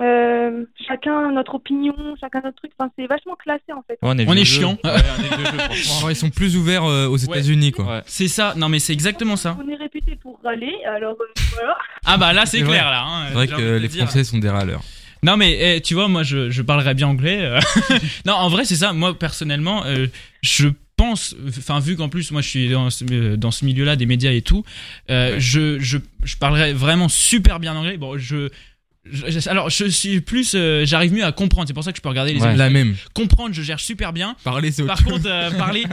[SPEAKER 6] euh, chacun notre opinion, chacun notre truc. Enfin, c'est vachement classé en fait.
[SPEAKER 4] on est,
[SPEAKER 2] On
[SPEAKER 4] vieux
[SPEAKER 2] est
[SPEAKER 4] jeu.
[SPEAKER 2] chiant. Euh,
[SPEAKER 4] Ouais, on est vieux jeu, franchement.
[SPEAKER 3] Ouais, ils sont plus ouverts euh, aux
[SPEAKER 2] Ouais.
[SPEAKER 3] États-Unis, quoi.
[SPEAKER 4] Ouais.
[SPEAKER 2] C'est ça, non mais c'est exactement ça.
[SPEAKER 6] On est réputé pour râler, alors euh, voilà.
[SPEAKER 2] Ah bah là c'est
[SPEAKER 3] C'est vrai.
[SPEAKER 2] clair là. hein,
[SPEAKER 3] C'est vrai
[SPEAKER 2] j'ai
[SPEAKER 3] que
[SPEAKER 2] envie de
[SPEAKER 3] euh, les
[SPEAKER 2] te dire.
[SPEAKER 3] Français sont des râleurs.
[SPEAKER 2] Non mais eh, tu vois moi je, je parlerais bien anglais. euh. non en vrai c'est ça. Moi personnellement euh, je pense, enfin vu qu'en plus moi je suis dans ce, euh, dans ce milieu-là des médias et tout, euh,
[SPEAKER 4] Ouais.
[SPEAKER 2] je, je je parlerais vraiment super bien anglais. Bon je, je- alors je suis plus euh, j'arrive mieux à comprendre. C'est pour ça que je peux regarder les.
[SPEAKER 4] Ouais.
[SPEAKER 2] images.
[SPEAKER 3] La même.
[SPEAKER 2] Comprendre je gère super bien.
[SPEAKER 3] Parler, c'est autre
[SPEAKER 2] Par contre euh, parler.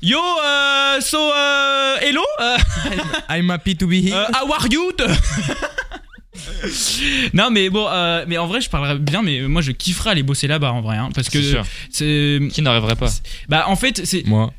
[SPEAKER 2] Yo, euh, so, euh, hello, euh,
[SPEAKER 3] I'm happy to be here.
[SPEAKER 2] Euh, how are you Non mais bon, euh, mais en vrai je parlerais bien, mais moi je kifferais aller bosser là-bas en vrai, hein, parce
[SPEAKER 4] C'est
[SPEAKER 2] que
[SPEAKER 4] sûr.
[SPEAKER 2] c'est,
[SPEAKER 4] Qui n'arriverait pas
[SPEAKER 2] bah en fait c'est,
[SPEAKER 3] Moi.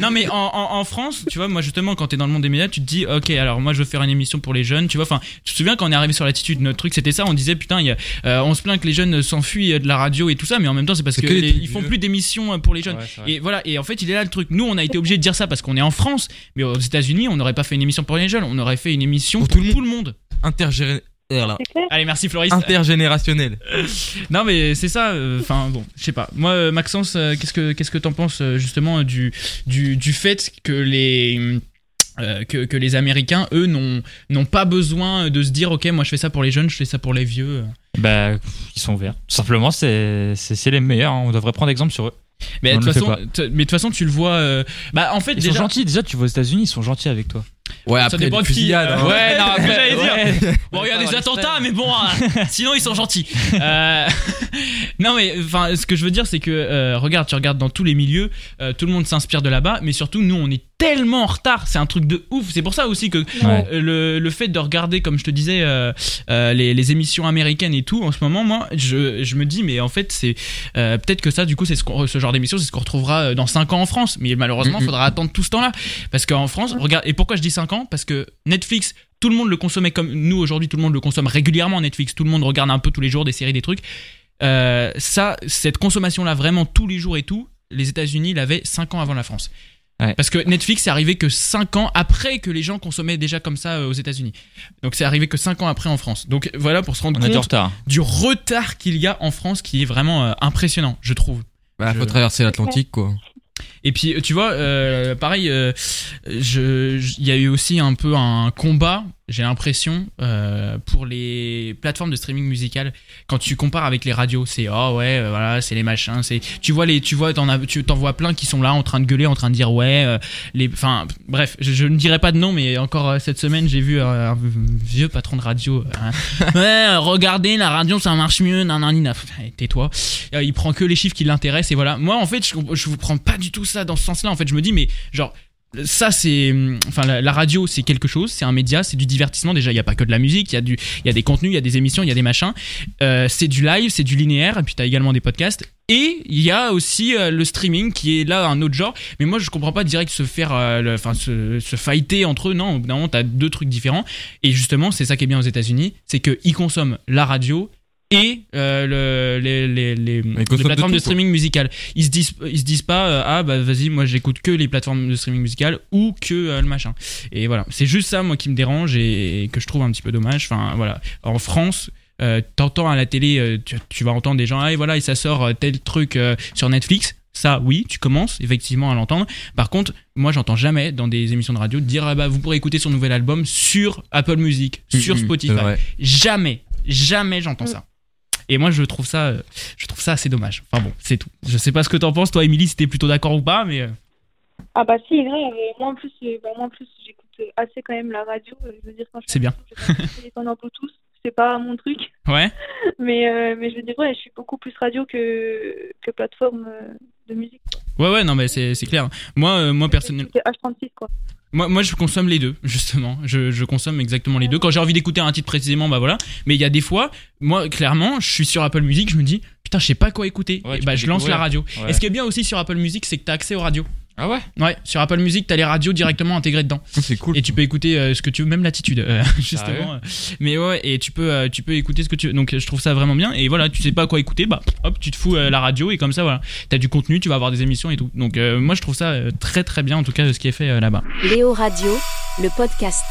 [SPEAKER 2] non mais en, en- en France, tu vois, moi justement quand t'es dans le monde des médias, tu te dis ok alors moi je veux faire une émission pour les jeunes, tu vois, enfin tu te souviens quand on est arrivé sur l'attitude, notre truc c'était ça, on disait putain il y a- euh, on se plaint que les jeunes s'enfuient euh, de la radio et tout ça, mais en même temps c'est parce
[SPEAKER 3] C'est
[SPEAKER 2] que
[SPEAKER 3] que les
[SPEAKER 2] les-
[SPEAKER 3] trucs
[SPEAKER 2] ils font
[SPEAKER 3] vieux.
[SPEAKER 2] plus d'émissions euh, pour les jeunes.
[SPEAKER 4] Ouais, c'est vrai.
[SPEAKER 2] Et voilà, et en fait, il est là le truc. Nous, on a été obligé de dire ça parce qu'on est en France, mais aux États-Unis, on n'aurait pas fait une émission pour les jeunes, on aurait fait une émission pour,
[SPEAKER 3] Pour tout le
[SPEAKER 2] tout le monde.
[SPEAKER 3] Intergé- euh, là.
[SPEAKER 6] C'est clair.
[SPEAKER 2] Allez, merci Floris.
[SPEAKER 3] Ah. Intergénérationnel.
[SPEAKER 2] Non, mais c'est ça, euh, enfin bon, je sais pas. Moi, euh, Maxence, euh, qu'est-ce que qu'est-ce que t'en penses euh, justement euh, du, du, du fait que les. euh, que, que les Américains, eux, n'ont n'ont pas besoin euh, de se dire, ok, moi je fais ça pour les jeunes, je fais ça pour les vieux.
[SPEAKER 4] Bah, pff, ils sont ouverts. Tout simplement, c'est c'est- c'est les meilleurs. hein. On devrait prendre exemple sur eux.
[SPEAKER 2] Mais de
[SPEAKER 4] On
[SPEAKER 2] toute
[SPEAKER 4] le fait
[SPEAKER 2] façon,
[SPEAKER 4] pas.
[SPEAKER 2] t- mais de toute façon, tu le vois. euh, bah, en fait,
[SPEAKER 4] Ils sont
[SPEAKER 2] déjà,
[SPEAKER 4] gentils. Déjà, tu vas aux États-Unis, ils sont gentils avec toi.
[SPEAKER 3] Ouais,
[SPEAKER 2] ça dépend de qui.
[SPEAKER 3] fusillade.
[SPEAKER 2] euh,
[SPEAKER 3] hein.
[SPEAKER 2] ouais, non, après, j'allais dire.
[SPEAKER 4] Ouais.
[SPEAKER 2] Bon, il y a
[SPEAKER 4] Ouais,
[SPEAKER 2] des
[SPEAKER 4] dans
[SPEAKER 2] attentats, mais bon, hein, sinon ils sont gentils. Euh, non, mais enfin, ce que je veux dire, c'est que euh, regarde, tu regardes dans tous les milieux, euh, tout le monde s'inspire de là-bas, mais surtout nous, on est tellement en retard, c'est un truc de ouf. C'est pour ça aussi que
[SPEAKER 4] Ouais.
[SPEAKER 2] euh, le, le fait de regarder, comme je te disais, euh, euh, les, les émissions américaines et tout, en ce moment, moi, je, je me dis, mais en fait, c'est euh, peut-être que ça, du coup, c'est ce, qu'on- ce genre d'émission, c'est ce qu'on retrouvera euh, dans 5 ans en France. Mais malheureusement, il
[SPEAKER 3] Mhm.
[SPEAKER 2] faudra attendre tout ce temps-là. Parce qu'en France, regarde, et pourquoi je dis 5 ans Parce que Netflix, tout le monde le consommait comme nous aujourd'hui, tout le monde le consomme régulièrement Netflix, tout le monde regarde un peu tous les jours des séries, des trucs. Euh, ça, cette consommation-là, vraiment tous les jours et tout, les États-Unis l'avaient 5 ans avant la France.
[SPEAKER 4] Ouais.
[SPEAKER 2] Parce que Netflix est arrivé que 5 ans après que les gens consommaient déjà comme ça euh, aux États-Unis. Donc c'est arrivé que 5 ans après en France. Donc voilà pour se rendre
[SPEAKER 4] On a
[SPEAKER 2] compte
[SPEAKER 4] du retard.
[SPEAKER 2] du retard qu'il y a en France qui est vraiment euh, impressionnant, je trouve.
[SPEAKER 3] Bah, faut
[SPEAKER 2] Je-
[SPEAKER 3] traverser l'Atlantique, quoi.
[SPEAKER 2] Et puis, euh, tu vois, euh, pareil, euh, je- je- il y a eu aussi un peu un combat, j'ai l'impression, euh, pour les plateformes de streaming musical. Quand tu compares avec les radios, c'est oh ouais, euh, voilà, c'est les machins, c'est. Tu vois les, tu vois, t'en as, tu t'en vois plein qui sont là en train de gueuler, en train de dire ouais, euh, les, enfin, bref, je, je ne dirai pas de nom, mais encore euh, cette semaine, j'ai vu euh, un vieux patron de radio. hein. ouais, euh, regardez, la radio, ça marche mieux, nan nan nan. Pff, allez, Tais-toi. Euh, il prend que les chiffres qui l'intéressent et voilà. Moi en fait, je, je vous prends pas du tout ça dans ce sens-là. En fait, je me dis mais genre ça c'est hum, enfin la, la radio c'est quelque chose, c'est un média, c'est du divertissement déjà, il y a pas que de la musique, il y a du il y a des contenus, il y a des émissions, il y a des machins. Euh, c'est du live, c'est du linéaire et puis tu as également des podcasts et il y a aussi euh, le streaming qui est là un autre genre, mais moi je comprends pas direct se faire euh, le- enfin se, se fighter entre eux. Non, au bout d'un moment tu as deux trucs différents et justement, c'est ça qui est bien aux États-Unis, c'est que ils consomment la radio et euh, le, les, les, les, les
[SPEAKER 3] consomment de
[SPEAKER 2] plateformes
[SPEAKER 3] tout,
[SPEAKER 2] de
[SPEAKER 3] quoi.
[SPEAKER 2] streaming musical. Ils se disent, ils se disent pas euh, ah bah vas-y moi j'écoute que les plateformes de streaming musical ou que euh, le machin. Et voilà, c'est juste ça moi qui me dérange et, et que je trouve un petit peu dommage. Enfin voilà, en France. euh, t'entends à la télé, euh, tu, tu vas entendre des gens, ah et voilà, et ça sort euh, tel truc euh, sur Netflix. Ça, oui, tu commences effectivement à l'entendre. Par contre, moi, j'entends jamais dans des émissions de radio dire ah bah vous pourrez écouter son nouvel album sur Apple Music, sur
[SPEAKER 3] Mm, mm,
[SPEAKER 2] Spotify.
[SPEAKER 3] c'est vrai.
[SPEAKER 2] Jamais, jamais j'entends
[SPEAKER 6] Mm.
[SPEAKER 2] ça. Et moi, je trouve ça, euh, je trouve ça assez dommage. Enfin bon, c'est tout. Je sais pas ce que t'en penses, toi, Émilie, si t'es plutôt d'accord ou pas, mais euh,
[SPEAKER 6] Ah bah si, grave. Euh, Moi en plus, euh, bah, moi en plus, j'écoute euh, assez quand même la radio. Euh, Je veux dire quand je
[SPEAKER 2] C'est bien.
[SPEAKER 6] je vais pas mettre mon téléphone en Bluetooth, c'est pas mon truc.
[SPEAKER 2] ouais.
[SPEAKER 6] Mais euh, mais je veux dire ouais, je suis beaucoup plus radio que que plateforme euh, de musique.
[SPEAKER 2] Ouais, ouais, non, mais c'est c'est clair. Moi, euh, moi personnellement,
[SPEAKER 6] C'est H36 quoi.
[SPEAKER 2] moi, moi, je consomme les deux, justement. Je, je consomme exactement les deux. Quand j'ai envie d'écouter un titre précisément, bah voilà. Mais il y a des fois, moi, clairement, je suis sur Apple Music, je me dis, putain, je sais pas quoi écouter.
[SPEAKER 4] Ouais,
[SPEAKER 2] Et
[SPEAKER 4] tu
[SPEAKER 2] bah,
[SPEAKER 4] peux
[SPEAKER 2] je lance la
[SPEAKER 4] découvrir.
[SPEAKER 2] radio.
[SPEAKER 4] Ouais.
[SPEAKER 2] Et ce qui est bien aussi sur Apple Music, c'est que t'as accès aux radios.
[SPEAKER 4] Ah ouais
[SPEAKER 2] Ouais, sur Apple Music, t'as les radios directement intégrées dedans.
[SPEAKER 3] C'est cool.
[SPEAKER 2] Et tu peux écouter euh, ce que tu veux, même l'attitude, euh, justement.
[SPEAKER 4] Sérieux
[SPEAKER 2] Mais ouais, et tu peux, euh, tu peux écouter ce que tu veux. Donc je trouve ça vraiment bien. Et voilà, tu sais pas quoi écouter, bah hop, tu te fous euh, la radio et comme ça, voilà. T'as du contenu, tu vas avoir des émissions et tout. Donc euh, moi, je trouve ça euh, très très bien, en tout cas, ce qui est fait euh, là-bas.
[SPEAKER 1] Léo Radio, le podcast.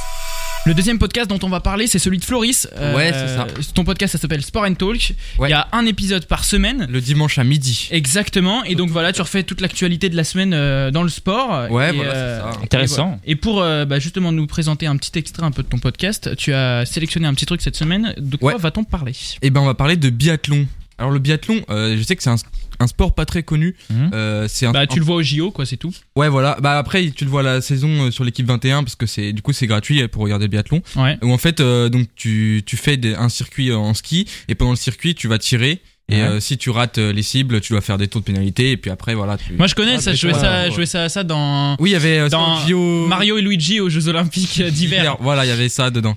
[SPEAKER 2] Le deuxième podcast dont on va parler, c'est celui de Floris. Euh,
[SPEAKER 3] Ouais, c'est ça.
[SPEAKER 2] Ton podcast, ça s'appelle Sport and Talk.
[SPEAKER 3] Ouais.
[SPEAKER 2] Il y a un épisode par semaine.
[SPEAKER 3] Le dimanche à midi.
[SPEAKER 2] Exactement. Et donc voilà, tu refais toute l'actualité de la semaine euh, dans le sport.
[SPEAKER 3] Ouais,
[SPEAKER 2] Et,
[SPEAKER 3] voilà,
[SPEAKER 2] euh,
[SPEAKER 3] c'est ça.
[SPEAKER 4] Intéressant.
[SPEAKER 2] Et pour euh, bah, justement nous présenter un petit extrait un peu de ton podcast, tu as sélectionné un petit truc cette semaine. De quoi
[SPEAKER 3] Ouais.
[SPEAKER 2] va-t-on parler
[SPEAKER 3] Eh ben, on va parler de biathlon. Alors, le biathlon, euh, je sais que c'est un, un sport pas très connu.
[SPEAKER 4] Mhm.
[SPEAKER 3] Euh, c'est un,
[SPEAKER 2] Bah tu le vois au JO quoi, c'est tout.
[SPEAKER 3] Ouais, voilà. Bah après, tu le vois la saison euh, sur l'équipe 21 parce que c'est du coup c'est gratuit euh, pour regarder le biathlon.
[SPEAKER 2] Ouais.
[SPEAKER 3] Où en fait, euh, donc tu, tu fais des- un circuit euh, en ski et pendant le circuit, tu vas tirer. Et
[SPEAKER 4] Ouais.
[SPEAKER 3] euh, si tu rates euh, les cibles, tu dois faire des taux de pénalité et puis après voilà. Tu...
[SPEAKER 2] Moi je connais
[SPEAKER 3] Ah,
[SPEAKER 2] ça,
[SPEAKER 3] bah,
[SPEAKER 2] je jouais
[SPEAKER 3] ouais,
[SPEAKER 2] ça,
[SPEAKER 3] ouais.
[SPEAKER 2] je jouais ça, ça dans
[SPEAKER 3] Oui, il y avait euh,
[SPEAKER 2] Dans
[SPEAKER 3] c'est Gio-
[SPEAKER 2] Mario et Luigi aux Jeux Olympiques euh, d'hiver.
[SPEAKER 3] Hiver, Voilà, il y avait ça dedans.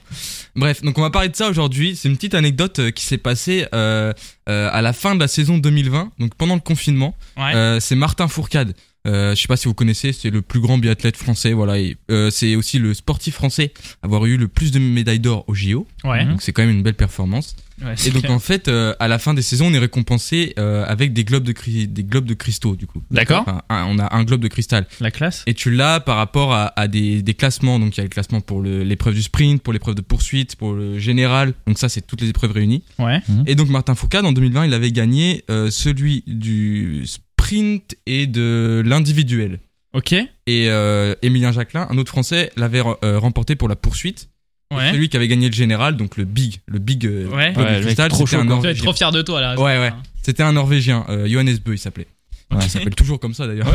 [SPEAKER 3] Bref, donc on va parler de ça aujourd'hui. C'est une petite anecdote euh, qui s'est passée euh, euh, à la fin de la saison 2020, donc pendant le confinement.
[SPEAKER 2] Ouais.
[SPEAKER 3] Euh, c'est Martin Fourcade. Euh, je sais pas si vous connaissez, c'est le plus grand biathlète français. Voilà, et, euh, c'est aussi le sportif français à avoir eu le plus de médailles d'or au JO.
[SPEAKER 2] Ouais.
[SPEAKER 3] Donc c'est quand même une belle performance.
[SPEAKER 2] Ouais, c'est
[SPEAKER 3] Mhm. Et donc
[SPEAKER 2] Hum. clair.
[SPEAKER 3] en fait, euh, à la fin des saisons, on est récompensé euh, avec des globes de cri- des globes de cristaux du coup.
[SPEAKER 2] D'accord.
[SPEAKER 3] Enfin, un- on a un globe de cristal.
[SPEAKER 2] la classe.
[SPEAKER 3] Et tu l'as par rapport à, à des, des classements. Donc il y a le classement pour le- l'épreuve du sprint, pour l'épreuve de poursuite, pour le général. Donc ça, c'est toutes les épreuves réunies.
[SPEAKER 2] Ouais.
[SPEAKER 3] Et donc Martin Fourcade, en 2020, il avait gagné euh, celui du sprint et de l'individuel.
[SPEAKER 2] Ok.
[SPEAKER 3] Et euh, Émilien Jacquelin, un autre Français, l'avait euh, remporté pour la poursuite.
[SPEAKER 2] Ouais.
[SPEAKER 3] Celui qui avait gagné le général, donc le big, le big euh,
[SPEAKER 2] Ouais.
[SPEAKER 3] Globe
[SPEAKER 4] Ouais,
[SPEAKER 3] de
[SPEAKER 4] le mec
[SPEAKER 3] cristal,
[SPEAKER 4] trop
[SPEAKER 3] c'était
[SPEAKER 4] chaud,
[SPEAKER 2] Tu
[SPEAKER 3] un
[SPEAKER 4] quoi.
[SPEAKER 2] vas être
[SPEAKER 3] Norvégien.
[SPEAKER 2] trop fier de toi là.
[SPEAKER 3] Ouais, ouais. C'était un Norvegien, euh, Johannes Beu, il s'appelait. Voilà, Il s'appelle toujours comme ça d'ailleurs.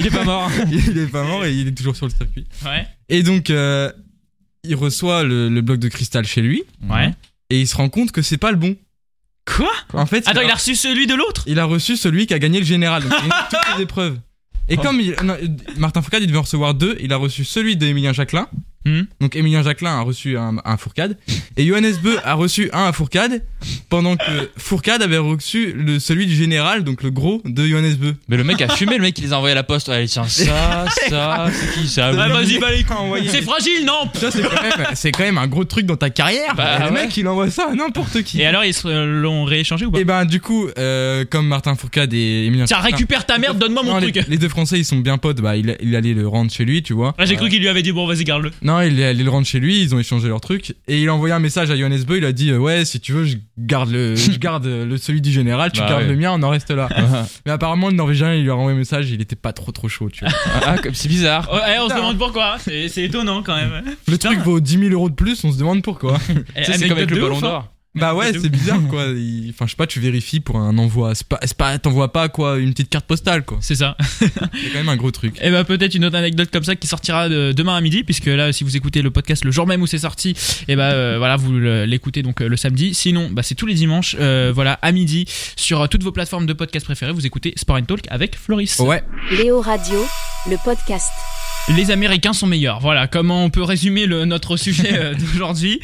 [SPEAKER 4] Il est pas mort.
[SPEAKER 3] il est pas mort et il est toujours sur le circuit.
[SPEAKER 2] Ouais.
[SPEAKER 3] Et donc, euh, il reçoit le, le bloc de cristal chez lui
[SPEAKER 2] Ouais.
[SPEAKER 3] et il se rend compte que c'est pas le bon.
[SPEAKER 2] Quoi
[SPEAKER 3] En fait,
[SPEAKER 2] Attends, il a reçu celui de l'autre
[SPEAKER 3] il a reçu celui qui a gagné le général. Donc, il a eu toutes les épreuves. Et
[SPEAKER 2] Oh.
[SPEAKER 3] comme il- non, euh, Martin Fourcade, il devait en recevoir deux, il a reçu celui d'Emilien Jacquelin.
[SPEAKER 2] Mhm.
[SPEAKER 3] Donc Emilien Jacquelin a reçu un, un à Fourcade. Et Johannes Beu a reçu un à Fourcade, pendant que Fourcade avait reçu le, celui du général, donc le gros de Johannes Beu.
[SPEAKER 4] Mais le mec a fumé, le mec il les a envoyés à la poste. Allez, tiens, ça, ça, c'est qui ça
[SPEAKER 2] Ouais, vas-y, bah, les couilles.
[SPEAKER 3] envoyé.
[SPEAKER 2] C'est fragile, non
[SPEAKER 3] Ça, c'est quand, même- c'est quand même un gros truc dans ta carrière.
[SPEAKER 4] Bah,
[SPEAKER 3] Et le
[SPEAKER 4] ouais.
[SPEAKER 3] mec, il envoie ça à n'importe qui.
[SPEAKER 2] Et alors, ils se l'ont rééchangé ou pas
[SPEAKER 3] Et ben du coup, euh, comme Martin Fourcade et Emilien.
[SPEAKER 2] Tiens,
[SPEAKER 3] Jacquelin-
[SPEAKER 2] récupère ta merde, donne-moi mon
[SPEAKER 3] Non, les,
[SPEAKER 2] truc.
[SPEAKER 3] les deux Français, ils sont bien potes. Bah, il, il allait le rendre chez lui, tu vois.
[SPEAKER 2] Ah, j'ai cru qu'il lui avait dit bon, vas-y, garde-le.
[SPEAKER 3] Non, il est allé le rendre chez lui. Ils ont échangé leurs trucs et il a envoyé un message à Johannes Beu. Il a dit euh, ouais, si tu veux, je garde le, je garde euh, le celui du général, tu
[SPEAKER 4] Bah,
[SPEAKER 3] gardes
[SPEAKER 4] ouais.
[SPEAKER 3] le mien, on en reste là. Mais apparemment, le Norvégien, il lui a renvoyé un message. Il était pas trop trop chaud, tu vois.
[SPEAKER 4] Ah, comme c'est bizarre.
[SPEAKER 2] Oh, eh, on se demande pourquoi, c'est c'est étonnant quand même.
[SPEAKER 3] Le truc vaut 10 000 euros de plus. On se demande pourquoi.
[SPEAKER 2] Eh,
[SPEAKER 4] Tu sais, c'est
[SPEAKER 2] anecdote
[SPEAKER 4] comme avec
[SPEAKER 2] de
[SPEAKER 4] le ballon
[SPEAKER 2] ouf, hein.
[SPEAKER 4] d'or.
[SPEAKER 3] bah ouais,
[SPEAKER 2] de
[SPEAKER 3] c'est bizarre quoi. Il- Enfin, je sais pas, tu vérifies pour un envoi. C'est pas, c'est pas, t'envoies pas quoi, une petite carte postale quoi.
[SPEAKER 2] C'est ça.
[SPEAKER 3] C'est quand même un gros truc.
[SPEAKER 2] Et bah peut-être une autre anecdote comme ça qui sortira de- demain à midi, puisque là, si vous écoutez le podcast le jour même où c'est sorti, et bah euh, voilà, vous le- l'écoutez donc euh, le samedi. Sinon, bah c'est tous les dimanches, euh, voilà, à midi, sur euh, toutes vos plateformes de podcast préférées, vous écoutez Sport and Talk avec Floris.
[SPEAKER 3] Ouais.
[SPEAKER 1] Léo Radio, le podcast.
[SPEAKER 2] Les Américains sont meilleurs. Voilà comment on peut résumer le, notre sujet euh, d'aujourd'hui.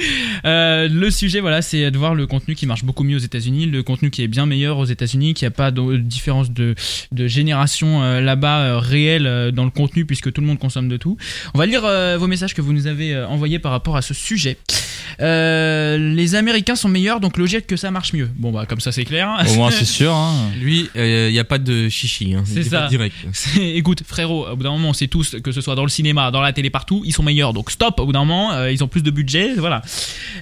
[SPEAKER 2] Euh, le sujet, voilà, c'est de voir le contenu qui marche beaucoup mieux aux États-Unis, le contenu qui est bien meilleur aux États-Unis, qui a pas de euh, différence de, de génération euh, là-bas euh, réelle euh, dans le contenu puisque tout le monde consomme de tout. On va lire euh, vos messages que vous nous avez euh, envoyés par rapport à ce sujet. Euh, les Américains sont meilleurs, donc logique que ça marche mieux. Bon bah comme ça c'est clair.
[SPEAKER 4] Au moins, c'est sûr. Hein.
[SPEAKER 3] Lui, il y a pas de chichi. Hein.
[SPEAKER 2] C'est
[SPEAKER 3] Il est
[SPEAKER 2] ça.
[SPEAKER 3] pas Direct.
[SPEAKER 2] C'est- Écoute, frérot, au bout d'un moment, on sait tous que ce soit dans le cinéma, dans la télé, partout, ils sont meilleurs. Donc stop, au bout d'un moment, euh, ils ont plus de budget, voilà.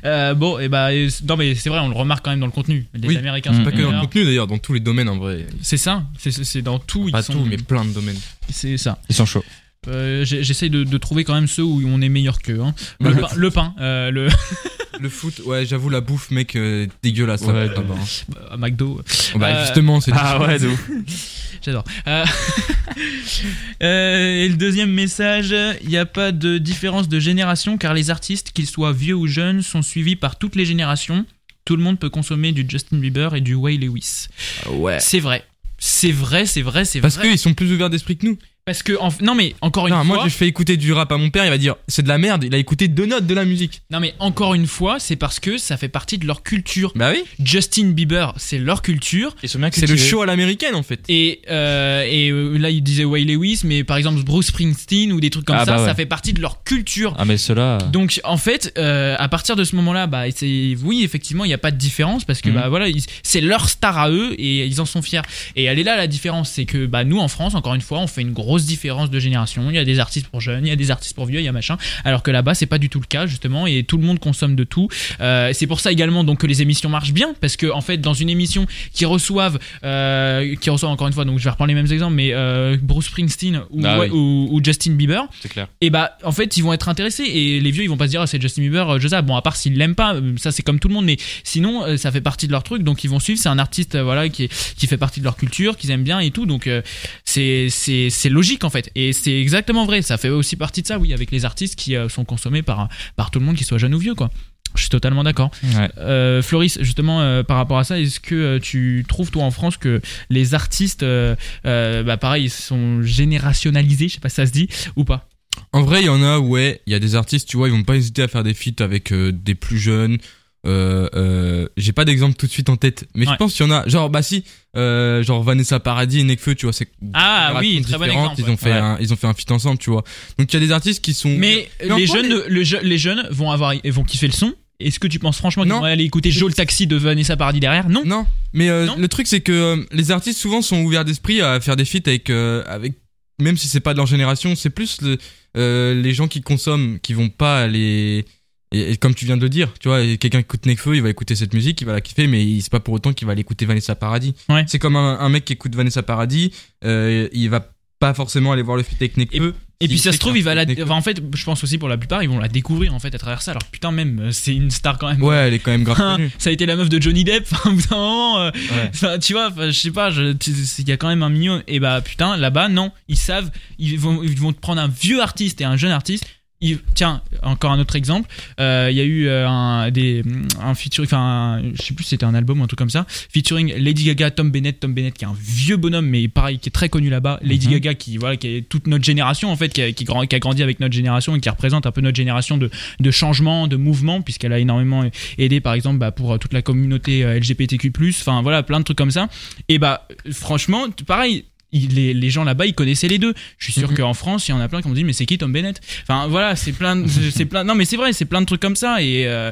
[SPEAKER 2] Euh, bon, et bah, euh, non, mais c'est vrai, on le remarque quand même dans le contenu. Les
[SPEAKER 3] Oui, Mmh.
[SPEAKER 2] Américains
[SPEAKER 4] c'est
[SPEAKER 2] sont
[SPEAKER 3] Pas que dans le
[SPEAKER 2] meilleurs.
[SPEAKER 3] contenu d'ailleurs, dans tous les domaines en vrai.
[SPEAKER 2] C'est ça, c'est- c'est c'est dans tout.
[SPEAKER 3] Pas
[SPEAKER 2] ils sont-
[SPEAKER 3] tout, mais plein de domaines.
[SPEAKER 2] C'est ça.
[SPEAKER 4] Ils sont chauds.
[SPEAKER 2] Euh, j'ai- J'essaye de, de trouver quand même ceux où on est meilleur qu'eux. hein.
[SPEAKER 3] Bah,
[SPEAKER 2] Le, pain, le pain, euh, le
[SPEAKER 3] Le foot, ouais, j'avoue, la bouffe, mec, euh, dégueulasse.
[SPEAKER 4] Ouais,
[SPEAKER 3] là,
[SPEAKER 4] de-
[SPEAKER 3] là-bas.
[SPEAKER 2] euh, McDo,
[SPEAKER 3] Bah,
[SPEAKER 2] Euh,
[SPEAKER 3] justement, c'est.
[SPEAKER 4] ouais, de
[SPEAKER 2] J'adore. Euh, euh, et le deuxième message, il n'y a pas de différence de génération car les artistes, qu'ils soient vieux ou jeunes, sont suivis par toutes les générations. Tout le monde peut consommer du Justin Bieber et du Way Lewis.
[SPEAKER 3] Ouais.
[SPEAKER 2] C'est vrai. C'est vrai, c'est vrai, c'est
[SPEAKER 3] Parce
[SPEAKER 2] vrai.
[SPEAKER 3] qu'ils sont plus ouverts d'esprit que nous.
[SPEAKER 2] Parce que, en- non mais encore une
[SPEAKER 3] Non,
[SPEAKER 2] fois,
[SPEAKER 3] moi, j'ai fait écouter du rap à mon père, il va dire c'est de la merde, il a écouté deux notes de la musique.
[SPEAKER 2] non mais encore une fois, c'est parce que ça fait partie de leur culture.
[SPEAKER 3] Bah oui,
[SPEAKER 2] Justin Bieber, c'est leur culture.
[SPEAKER 4] Ils sont bien
[SPEAKER 3] c'est le
[SPEAKER 4] cultivés.
[SPEAKER 3] show à l'américaine en fait.
[SPEAKER 2] Et, euh, et euh, là, il disait Way Lewis, mais par exemple Bruce Springsteen ou des trucs comme
[SPEAKER 4] Ah,
[SPEAKER 2] ça,
[SPEAKER 4] bah ouais.
[SPEAKER 2] ça fait partie de leur culture.
[SPEAKER 4] Ah, mais ceux-là.
[SPEAKER 2] Donc en fait, euh, à partir de ce moment-là, bah c'est oui effectivement il n'y a pas de différence parce que
[SPEAKER 4] Mhm.
[SPEAKER 2] bah voilà ils- c'est leur star à eux et ils en sont fiers. Et elle est là la différence, c'est que bah nous en France encore une fois on fait une grosse différence de génération. Il y a des artistes pour jeunes, il y a des artistes pour vieux, il y a machin. Alors que là-bas c'est pas du tout le cas justement et tout le monde consomme de tout. Euh, c'est pour ça également donc que les émissions marchent bien parce que en fait dans une émission qui reçoivent euh, qui reçoivent encore une fois donc je vais reprendre les mêmes exemples mais euh, Bruce Springsteen ou,
[SPEAKER 4] Ah oui.
[SPEAKER 2] ou- ou Justin Bieber
[SPEAKER 4] C'est clair.
[SPEAKER 2] et bah en fait ils vont être intéressés et les vieux ils vont pas se dire Ah, c'est Justin Bieber euh, je sais bon à part s'ils l'aiment pas euh, ça c'est comme tout le monde mais sinon euh, ça fait partie de leur truc donc ils vont suivre c'est un artiste euh, voilà qui, est- qui fait partie de leur culture qu'ils aiment bien et tout donc euh, c'est c'est c'est logique en fait et c'est exactement vrai ça fait aussi partie de ça oui avec les artistes qui euh, sont consommés par par tout le monde qu'ils soient jeunes ou vieux quoi je suis totalement d'accord.
[SPEAKER 4] Ouais.
[SPEAKER 2] Euh, Floris, justement, euh, par rapport à ça, est-ce que euh, tu trouves, toi, en France, que les artistes, euh, euh, bah, pareil, ils sont générationnalisés, je sais pas si ça se dit, ou pas
[SPEAKER 3] En vrai, il y en a, ouais. Il y a des artistes, tu vois, ils vont pas hésiter à faire des feats avec euh, des plus jeunes. Euh, euh, J'ai pas d'exemple tout de suite en tête, mais
[SPEAKER 2] Ouais.
[SPEAKER 3] je pense qu'il y en a. Genre, bah si, euh, genre Vanessa Paradis et Nekfeu, tu vois, c'est.
[SPEAKER 2] Ah
[SPEAKER 3] des
[SPEAKER 2] oui,
[SPEAKER 3] racontes
[SPEAKER 2] très bon
[SPEAKER 3] différentes,
[SPEAKER 2] exemple.
[SPEAKER 3] Ils ont fait
[SPEAKER 2] ouais.
[SPEAKER 3] un, ils ont fait un feat ensemble, tu vois. Donc il y a des artistes qui sont.
[SPEAKER 2] Mais
[SPEAKER 3] en
[SPEAKER 2] les
[SPEAKER 3] quoi,
[SPEAKER 2] jeunes, le je- les jeunes vont avoir, vont kiffer le son. Est-ce que tu penses franchement qu'ils
[SPEAKER 3] Non.
[SPEAKER 2] vont aller écouter Joe le taxi de Vanessa Paradis derrière Non.
[SPEAKER 3] Non, mais euh,
[SPEAKER 2] Non
[SPEAKER 3] le truc c'est que euh, les artistes souvent sont ouverts d'esprit à faire des feats avec, euh, avec même si c'est pas de leur génération, c'est plus le- euh, les gens qui consomment, qui vont pas les et, et comme tu viens de le dire, tu vois, et quelqu'un qui écoute Nekfeu, il va écouter cette musique, il va la kiffer, mais il- c'est pas pour autant qu'il va aller écouter Vanessa Paradis.
[SPEAKER 2] Ouais.
[SPEAKER 3] C'est comme un, un mec qui écoute Vanessa Paradis, euh, il va pas forcément aller voir le feat avec Nekfeu.
[SPEAKER 2] Et puis
[SPEAKER 3] Il
[SPEAKER 2] ça
[SPEAKER 3] sait
[SPEAKER 2] se trouve,
[SPEAKER 3] qu'il
[SPEAKER 2] il va la.
[SPEAKER 3] écoute Nekfeu.
[SPEAKER 2] enfin, en fait, je pense aussi pour la plupart, ils vont la découvrir en fait à travers ça. Alors putain, même, euh, c'est une star quand même.
[SPEAKER 3] Ouais, elle est quand même grave
[SPEAKER 2] Hein,
[SPEAKER 3] connue.
[SPEAKER 2] ça a été la meuf de Johnny Depp. Au bout d'un moment, euh,
[SPEAKER 3] Ouais.
[SPEAKER 2] enfin, tu vois, enfin, je sais pas, je- tu- il y a quand même un million. Et bah putain, là-bas, non, ils savent, ils vont, ils vont te prendre un vieux artiste et un jeune artiste. Ils- tiens, encore un autre exemple. Euh, Il y a eu euh, un, des, un featuring, enfin, un- je sais plus si c'était un album ou un truc comme ça, featuring Lady Gaga, Tom Bennett, Tom Bennett qui est un vieux bonhomme, mais pareil, qui est très connu là-bas. Lady
[SPEAKER 4] Mhm.
[SPEAKER 2] Gaga qui, voilà, qui est toute notre génération en fait, qui a, qui grand- qui a grandi avec notre génération et qui représente un peu notre génération de, de changement, de mouvement, puisqu'elle a énormément aider par exemple bah, pour euh, toute la communauté euh, LGBTQ+, enfin voilà, plein de trucs comme ça. Et bah euh, franchement, t- pareil, il- les, les gens là-bas, ils connaissaient les deux. Je suis sûr
[SPEAKER 3] Mhm.
[SPEAKER 2] qu'en France, il y en a plein qui ont dit mais c'est qui Tom Bennett Enfin voilà, c'est plein, de- c'est plein. Non mais c'est vrai, c'est plein de trucs comme ça et euh,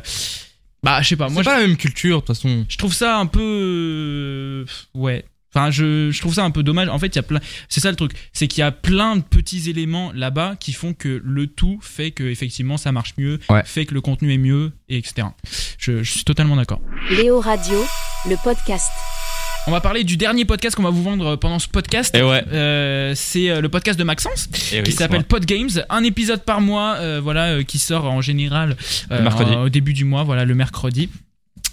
[SPEAKER 2] bah je sais pas. Moi,
[SPEAKER 3] C'est
[SPEAKER 2] je,
[SPEAKER 3] pas la même culture, de toute façon.
[SPEAKER 2] je trouve ça un peu euh, ouais. Enfin, je, je trouve ça un peu dommage. En fait, il y a plein. C'est ça le truc, c'est qu'il y a plein de petits éléments là-bas qui font que le tout fait que effectivement ça marche mieux,
[SPEAKER 3] Ouais.
[SPEAKER 2] fait que le contenu est mieux, et etc. Je- je suis totalement d'accord.
[SPEAKER 1] Léo Radio, le podcast.
[SPEAKER 2] On va parler du dernier podcast qu'on va vous vendre pendant ce podcast.
[SPEAKER 4] Et ouais.
[SPEAKER 2] Euh, c'est euh, le podcast de Maxence
[SPEAKER 4] Et oui,
[SPEAKER 2] qui
[SPEAKER 4] c'est
[SPEAKER 2] s'appelle
[SPEAKER 4] vrai.
[SPEAKER 2] Pod Games, un épisode par mois, euh, voilà, euh, qui sort en général euh,
[SPEAKER 4] Le mercredi.
[SPEAKER 2] en- au début du mois, voilà, le mercredi.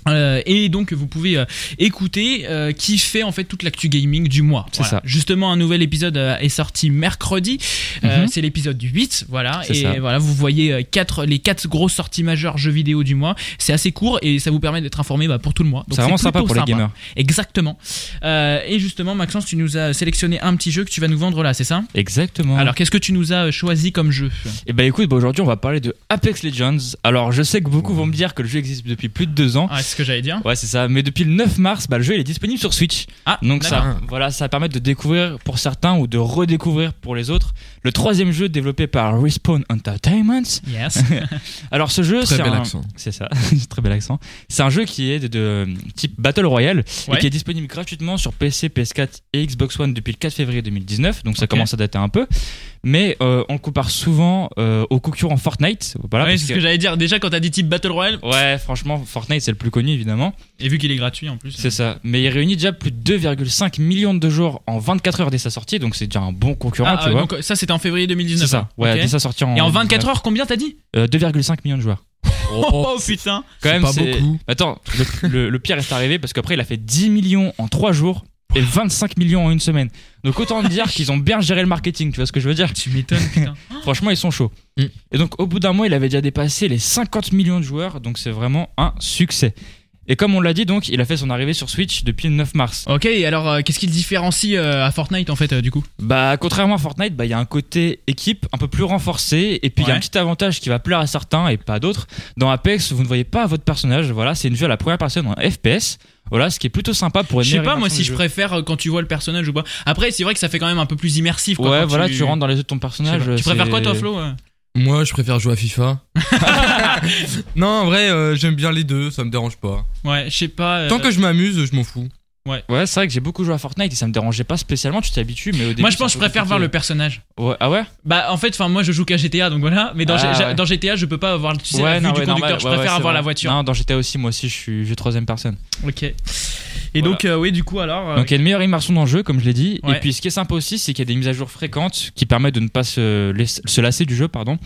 [SPEAKER 2] Euh, et donc vous pouvez euh, écouter euh, qui fait en fait toute l'actu gaming du mois.
[SPEAKER 4] C'est
[SPEAKER 2] Voilà.
[SPEAKER 4] ça.
[SPEAKER 2] Justement un nouvel épisode euh, est sorti mercredi. Euh,
[SPEAKER 4] Mhm.
[SPEAKER 2] c'est l'épisode 8 voilà
[SPEAKER 4] C'est
[SPEAKER 2] et
[SPEAKER 4] ça.
[SPEAKER 2] voilà vous voyez euh, quatre les quatre grosses sorties majeures jeux vidéo du mois. C'est assez court et ça vous permet d'être informé bah, pour tout le mois. Donc,
[SPEAKER 4] C'est vraiment sympa
[SPEAKER 2] plutôt
[SPEAKER 4] pour les gamers.
[SPEAKER 2] Exactement. Euh, et justement, Maxence, tu nous as sélectionné un petit jeu que tu vas nous vendre là, c'est ça
[SPEAKER 4] Exactement.
[SPEAKER 2] Alors, qu'est-ce que tu nous as euh, choisi comme jeu
[SPEAKER 4] Et bah écoute, bah, aujourd'hui on va parler de Apex Legends. Alors je sais que beaucoup vont me dire que le jeu existe depuis plus de deux ans.
[SPEAKER 2] ah, C'est ce que j'allais dire.
[SPEAKER 4] Ouais, c'est ça. Mais depuis le 9 mars, bah, le jeu il est disponible sur Switch.
[SPEAKER 2] Ah,
[SPEAKER 4] Donc
[SPEAKER 2] d'accord.
[SPEAKER 4] ça, voilà, ça permet de découvrir pour certains ou de redécouvrir pour les autres le troisième jeu développé par Respawn Entertainment.
[SPEAKER 2] Yes.
[SPEAKER 4] Alors ce jeu,
[SPEAKER 3] Très
[SPEAKER 4] c'est
[SPEAKER 3] bel
[SPEAKER 4] un...
[SPEAKER 3] accent.
[SPEAKER 4] C'est ça, très bel accent. C'est un jeu qui est de, de type Battle Royale
[SPEAKER 2] Ouais.
[SPEAKER 4] et qui est disponible gratuitement sur PC, PS4 et Xbox One depuis le 4 février 2019, donc ça
[SPEAKER 2] Ok.
[SPEAKER 4] commence à dater un peu. Mais euh, on le compare souvent euh, au concurrent Fortnite. Voilà,
[SPEAKER 2] Ouais,
[SPEAKER 4] parce
[SPEAKER 2] c'est ce
[SPEAKER 4] que-
[SPEAKER 2] que j'allais dire. Déjà, quand t'as dit type Battle Royale,
[SPEAKER 4] Ouais, franchement, Fortnite c'est le plus connu évidemment.
[SPEAKER 2] et vu qu'il est gratuit en plus.
[SPEAKER 4] C'est ça. Mais il réunit déjà plus de 2,5 millions de joueurs en 24 heures dès sa sortie, donc c'est déjà un bon concurrent,
[SPEAKER 2] Ah,
[SPEAKER 4] tu
[SPEAKER 2] euh,
[SPEAKER 4] vois.
[SPEAKER 2] donc ça, c'était en février
[SPEAKER 4] c'est
[SPEAKER 2] 2019.
[SPEAKER 4] ça. Ouais,
[SPEAKER 2] Ok.
[SPEAKER 4] dès sa sortie en.
[SPEAKER 2] Et en 24 heures, combien t'as dit
[SPEAKER 4] Euh, 2,5 millions de joueurs.
[SPEAKER 2] oh, putain.
[SPEAKER 4] Quand même,
[SPEAKER 3] pas
[SPEAKER 4] c'est-
[SPEAKER 3] beaucoup.
[SPEAKER 4] Attends, le, le- le pire est arrivé parce qu'après, il a fait 10 millions en 3 jours et 25 millions en une semaine. Donc autant te dire qu'ils ont bien géré le marketing, tu vois ce que je veux dire
[SPEAKER 2] Tu m'étonnes, putain.
[SPEAKER 4] Franchement, ils sont chauds.
[SPEAKER 3] Mm.
[SPEAKER 4] Et donc, au bout d'un mois, il avait déjà dépassé les 50 millions de joueurs, donc c'est vraiment un succès. Et comme on l'a dit, donc, il a fait son arrivée sur Switch depuis le 9 mars.
[SPEAKER 2] Ok, et alors euh, qu'est-ce qui le différencie euh, à Fortnite en fait euh, du coup
[SPEAKER 4] Bah, contrairement à Fortnite, bah, il y a un côté équipe un peu plus renforcé. Et puis, il y a
[SPEAKER 2] Ouais.
[SPEAKER 4] un petit avantage qui va plaire à certains et pas à d'autres. Dans Apex, vous ne voyez pas votre personnage. Voilà, c'est une vue à la première personne en FPS. Voilà, ce qui est plutôt sympa pour une
[SPEAKER 2] Je sais
[SPEAKER 4] meilleure
[SPEAKER 2] pas moi
[SPEAKER 4] immersion
[SPEAKER 2] si
[SPEAKER 4] du
[SPEAKER 2] je
[SPEAKER 4] jeu.
[SPEAKER 2] préfère euh, quand tu vois le personnage ou pas. Après, c'est vrai que ça fait quand même un peu plus immersif. Quoi,
[SPEAKER 4] Ouais,
[SPEAKER 2] quand
[SPEAKER 4] voilà, tu... rentres dans les yeux de ton personnage.
[SPEAKER 2] Tu préfères
[SPEAKER 4] c'est-
[SPEAKER 2] quoi toi, Flo euh
[SPEAKER 3] Moi, je préfère jouer à FIFA. non, en vrai, euh, j'aime bien les deux, ça me dérange pas.
[SPEAKER 2] Ouais, je sais pas. euh,
[SPEAKER 3] Tant que je m'amuse, je m'en fous.
[SPEAKER 4] Ouais, c'est vrai que j'ai beaucoup joué à Fortnite et ça me dérangeait pas spécialement. Tu t'habitues, mais au début.
[SPEAKER 2] Moi, je
[SPEAKER 4] c'est un
[SPEAKER 2] pense que je
[SPEAKER 4] peu
[SPEAKER 2] préfère voir le
[SPEAKER 4] compliqué.
[SPEAKER 2] personnage.
[SPEAKER 4] Ouais, ah ouais
[SPEAKER 2] Bah en fait enfin moi je joue qu'à GTA donc voilà mais dans,
[SPEAKER 4] Ah,
[SPEAKER 2] G-
[SPEAKER 4] ouais.
[SPEAKER 2] dans GTA je peux pas avoir tu sais, la vue
[SPEAKER 4] non,
[SPEAKER 2] du
[SPEAKER 4] ouais,
[SPEAKER 2] conducteur
[SPEAKER 4] normal,
[SPEAKER 2] je
[SPEAKER 4] ouais, ouais,
[SPEAKER 2] préfère
[SPEAKER 4] c'est
[SPEAKER 2] avoir
[SPEAKER 4] vrai.
[SPEAKER 2] la voiture.
[SPEAKER 4] Non, dans GTA aussi, moi aussi, je suis, je suis troisième personne.
[SPEAKER 2] Ok. Et
[SPEAKER 4] Voilà.
[SPEAKER 2] donc euh, oui du coup alors euh,
[SPEAKER 4] Donc il y a une meilleure immersion dans le jeu, comme je l'ai dit.
[SPEAKER 2] Ouais.
[SPEAKER 4] Et puis ce qui est sympa aussi, c'est qu'il y a des mises à jour fréquentes qui permettent de ne pas se, laiss- se lasser du jeu, pardon,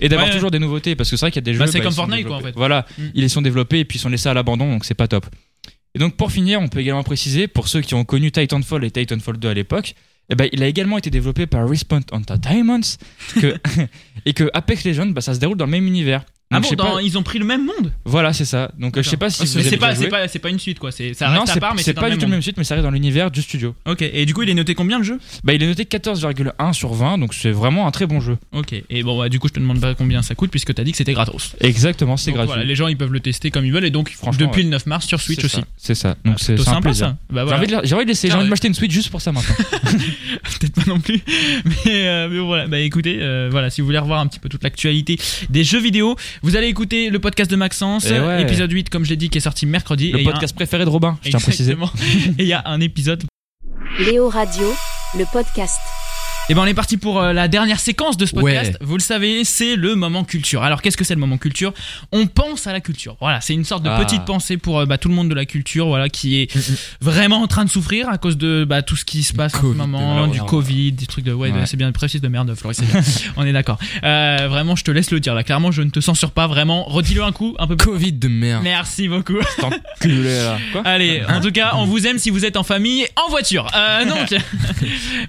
[SPEAKER 4] et d'avoir
[SPEAKER 2] Ouais.
[SPEAKER 4] toujours des nouveautés. Parce que c'est vrai qu'il y a des
[SPEAKER 2] Bah,
[SPEAKER 4] jeux.
[SPEAKER 2] c'est
[SPEAKER 4] ils
[SPEAKER 2] comme
[SPEAKER 4] sont
[SPEAKER 2] Fortnite, quoi,
[SPEAKER 4] développés-
[SPEAKER 2] en fait.
[SPEAKER 4] Voilà,
[SPEAKER 2] Mm.
[SPEAKER 4] ils sont développés et puis ils sont laissés à l'abandon, donc c'est pas top. Et donc pour finir, on peut également préciser pour ceux qui ont connu Titanfall et Titanfall 2 à l'époque. eh ben, il a également été développé par Respawn Entertainment que, et que Apex Legends, bah, ça se déroule dans le même univers. Donc,
[SPEAKER 2] ah
[SPEAKER 4] je
[SPEAKER 2] bon
[SPEAKER 4] sais
[SPEAKER 2] dans-
[SPEAKER 4] pas-
[SPEAKER 2] ils ont pris le même monde.
[SPEAKER 4] Voilà, c'est ça. Donc euh, je sais pas si
[SPEAKER 2] Mais
[SPEAKER 4] vous avez
[SPEAKER 2] c'est
[SPEAKER 4] déjà
[SPEAKER 2] pas
[SPEAKER 4] joué.
[SPEAKER 2] c'est pas c'est pas une suite quoi c'est ça reste
[SPEAKER 4] non,
[SPEAKER 2] à
[SPEAKER 4] c'est-
[SPEAKER 2] part mais
[SPEAKER 4] c'est
[SPEAKER 2] c'est dans
[SPEAKER 4] pas du tout le
[SPEAKER 2] monde.
[SPEAKER 4] même suite, mais ça reste dans l'univers du studio.
[SPEAKER 2] Ok et du coup il est noté combien le jeu
[SPEAKER 4] Bah, il est noté 14,1 sur 20, donc c'est vraiment un très bon jeu.
[SPEAKER 2] Ok et bon bah, du coup je te demande pas combien ça coûte puisque t'as dit que c'était gratos.
[SPEAKER 4] Exactement, c'est
[SPEAKER 2] Donc,
[SPEAKER 4] gratuit.
[SPEAKER 2] voilà, les gens ils peuvent le tester comme ils veulent et donc
[SPEAKER 4] Franchement,
[SPEAKER 2] depuis le 9 mars sur Switch
[SPEAKER 4] C'est
[SPEAKER 2] aussi.
[SPEAKER 4] ça, C'est ça, donc
[SPEAKER 2] Ah,
[SPEAKER 4] c'est
[SPEAKER 2] plutôt
[SPEAKER 4] c'est un
[SPEAKER 2] sympa
[SPEAKER 4] plaisir.
[SPEAKER 2] ça. Bah
[SPEAKER 4] J'ai
[SPEAKER 2] voilà.
[SPEAKER 4] envie de la- J'ai envie de l'essayer, j'ai envie de m'acheter une Switch juste pour ça maintenant.
[SPEAKER 2] peut-être pas non plus. Mais, euh, mais bon, voilà, bah écoutez, euh, voilà, si vous voulez revoir un petit peu toute l'actualité des jeux vidéo, vous allez écouter le podcast de Maxence,
[SPEAKER 4] Eh ouais.
[SPEAKER 2] épisode 8, comme je l'ai dit, qui est sorti mercredi. et
[SPEAKER 4] Le
[SPEAKER 2] il y a un-
[SPEAKER 4] podcast préféré de Robin, je tiens à préciser.
[SPEAKER 2] Exactement. Et il y a un épisode.
[SPEAKER 1] Léo Radio, le podcast.
[SPEAKER 2] Et ben on est parti pour euh, la dernière séquence de ce podcast.
[SPEAKER 3] Ouais.
[SPEAKER 2] Vous le savez, c'est le moment culture. Alors qu'est-ce que c'est le moment culture On pense à la culture. Voilà, c'est une sorte de
[SPEAKER 4] Ah.
[SPEAKER 2] petite pensée pour euh, bah, tout le monde de la culture, voilà, qui est vraiment en train de souffrir à cause de bah, tout ce qui se passe en ce
[SPEAKER 3] Covid,
[SPEAKER 2] moment,
[SPEAKER 4] de-
[SPEAKER 2] du
[SPEAKER 4] ouais.
[SPEAKER 2] Covid, des trucs de ouais, de-
[SPEAKER 4] Ouais.
[SPEAKER 2] c'est bien précis de merde, Floris. c'est bien. on est d'accord. Euh, vraiment, je te laisse le dire. Là, clairement, je ne te censure pas. Vraiment, redis-le un coup, un peu. plus.
[SPEAKER 3] Covid de merde.
[SPEAKER 2] Merci beaucoup.
[SPEAKER 4] Culé, là. Quoi
[SPEAKER 2] Allez, en tout cas, on vous aime si vous êtes en famille, en voiture. Euh, donc,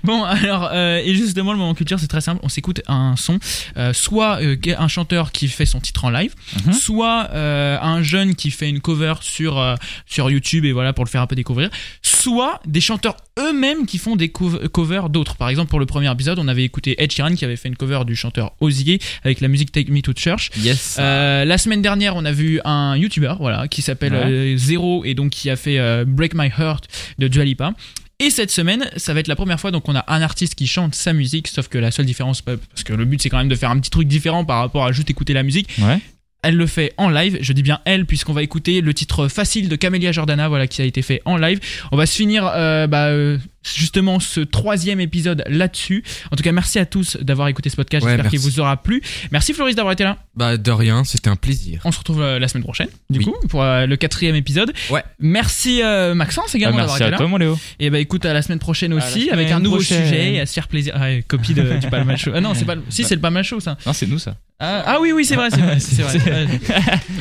[SPEAKER 2] bon, alors, euh, et justement, le moment culture, c'est très simple. On s'écoute un son, euh, soit euh, un chanteur qui fait son titre en live,
[SPEAKER 4] Mhm.
[SPEAKER 2] soit euh, un jeune qui fait une cover sur euh, sur YouTube et voilà pour le faire un peu découvrir, soit des chanteurs eux-mêmes qui font des cov- covers d'autres. Par exemple, pour le premier épisode, on avait écouté Ed Sheeran qui avait fait une cover du chanteur Osier avec la musique Take Me to Church.
[SPEAKER 3] Yes.
[SPEAKER 2] Euh, la semaine dernière, on a vu un YouTuber, voilà, qui s'appelle
[SPEAKER 4] Ouais.
[SPEAKER 2] euh, Zero et donc qui a fait euh, Break My Heart de Dua Lipa. Et cette semaine, ça va être la première fois donc on a un artiste qui chante sa musique, sauf que la seule différence, pas- parce que le but c'est quand même de faire un petit truc différent par rapport à juste écouter la musique.
[SPEAKER 4] Ouais.
[SPEAKER 2] Elle le fait en live, je dis bien elle, puisqu'on va écouter le titre facile de Camélia Jordana, voilà, qui a été fait en live. On va se finir euh, bah, euh, justement ce troisième épisode là-dessus. En tout cas, merci à tous d'avoir écouté ce podcast,
[SPEAKER 3] Ouais,
[SPEAKER 2] j'espère qu'il
[SPEAKER 3] merci.
[SPEAKER 2] vous aura plu. Merci Floris d'avoir été là.
[SPEAKER 3] Bah, de rien, c'était un plaisir.
[SPEAKER 2] On se retrouve euh, la semaine prochaine, du
[SPEAKER 3] Oui.
[SPEAKER 2] coup, pour euh, le quatrième épisode.
[SPEAKER 3] Ouais.
[SPEAKER 2] Merci euh, Maxence
[SPEAKER 4] Ah,
[SPEAKER 2] également d'avoir
[SPEAKER 4] merci
[SPEAKER 2] été
[SPEAKER 4] à
[SPEAKER 2] là.
[SPEAKER 4] toi, mon Léo.
[SPEAKER 2] Et bah écoute, à la semaine prochaine
[SPEAKER 4] À la
[SPEAKER 2] aussi,
[SPEAKER 4] semaine
[SPEAKER 2] avec un nouveau
[SPEAKER 4] prochaine.
[SPEAKER 2] sujet, à se faire plaisir. Ah, ouais, copie de- du Palma Show. Ah non, c'est pas. le- Si, c'est le Palma Show, ça.
[SPEAKER 4] Non, c'est nous ça.
[SPEAKER 2] Ah, ah oui, oui, c'est vrai, c'est vrai. c'est vrai. Ouais.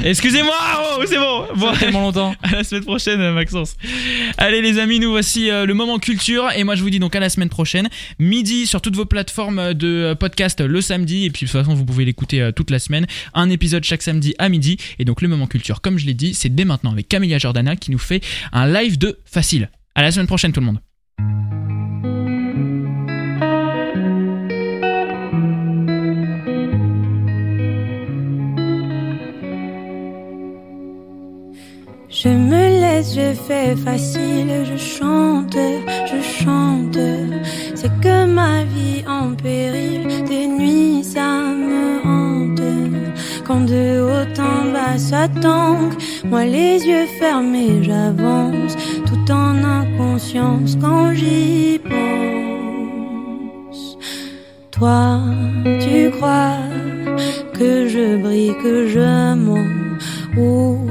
[SPEAKER 2] Excusez-moi, oh, c'est bon. Bon,
[SPEAKER 4] Ça fait tellement longtemps.
[SPEAKER 2] à la semaine prochaine, Maxence. Allez, les amis, nous voici euh, le moment culture. Et moi, je vous dis donc à la semaine prochaine, midi, sur toutes vos plateformes de euh, podcast le samedi. Et puis, de toute façon, vous pouvez l'écouter euh, toute la semaine. Un épisode chaque samedi à midi. Et donc, le moment culture, comme je l'ai dit, c'est dès maintenant avec Camélia Jordana qui nous fait un live de facile. À la semaine prochaine, tout le monde.
[SPEAKER 7] Je me laisse, je fais facile, je chante, je chante. C'est que ma vie en péril, des nuits ça me hante. Quand de haut en bas ça tangue, moi les yeux fermés j'avance, tout en inconscience quand j'y pense. Toi, tu crois que je brille, que je mens. Ouvre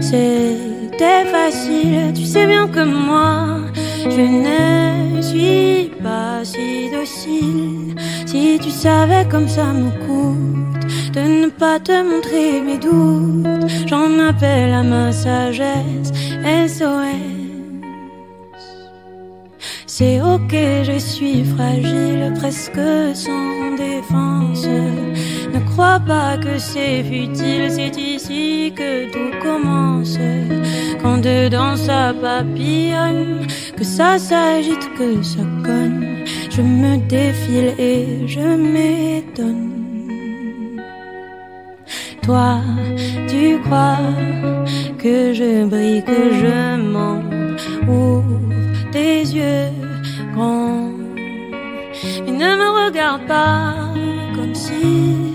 [SPEAKER 7] c'était tout est facile. Tu sais bien que moi, je ne suis pas si docile. Si tu savais comme ça me coûte de ne pas te montrer mes doutes, j'en appelle à ma sagesse. SOS. C'est ok, je suis fragile, presque sans défense. Ne crois pas que c'est futile, c'est ici que tout commence. Quand dedans ça papillonne, que ça s'agite, que ça cogne, je me défile et je m'étonne. Toi, tu crois que je brille, que je mens. Ouvre tes yeux grands. Mais ne me regarde pas comme si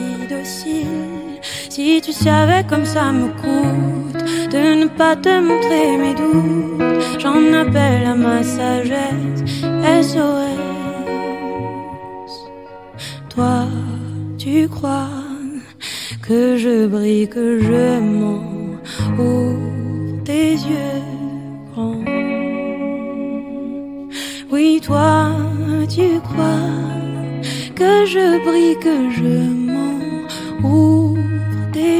[SPEAKER 7] docile. Si tu savais comme ça me coûte de ne pas te montrer mes doutes, j'en appelle à ma sagesse. SOS. Toi, tu crois que je brille, que je mens. Ouvre tes yeux grands. Oui, toi, tu crois que je brille, que je mens. Ouvre tes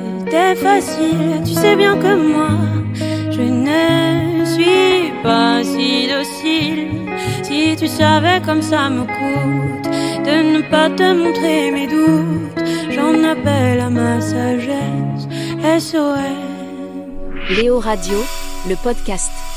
[SPEAKER 7] facile. Tu sais bien que moi, je ne suis pas si docile. Si tu savais comme ça me coûte de ne pas te montrer mes doutes, j'en appelle à ma sagesse. SOS.
[SPEAKER 1] Léo Radio, le podcast.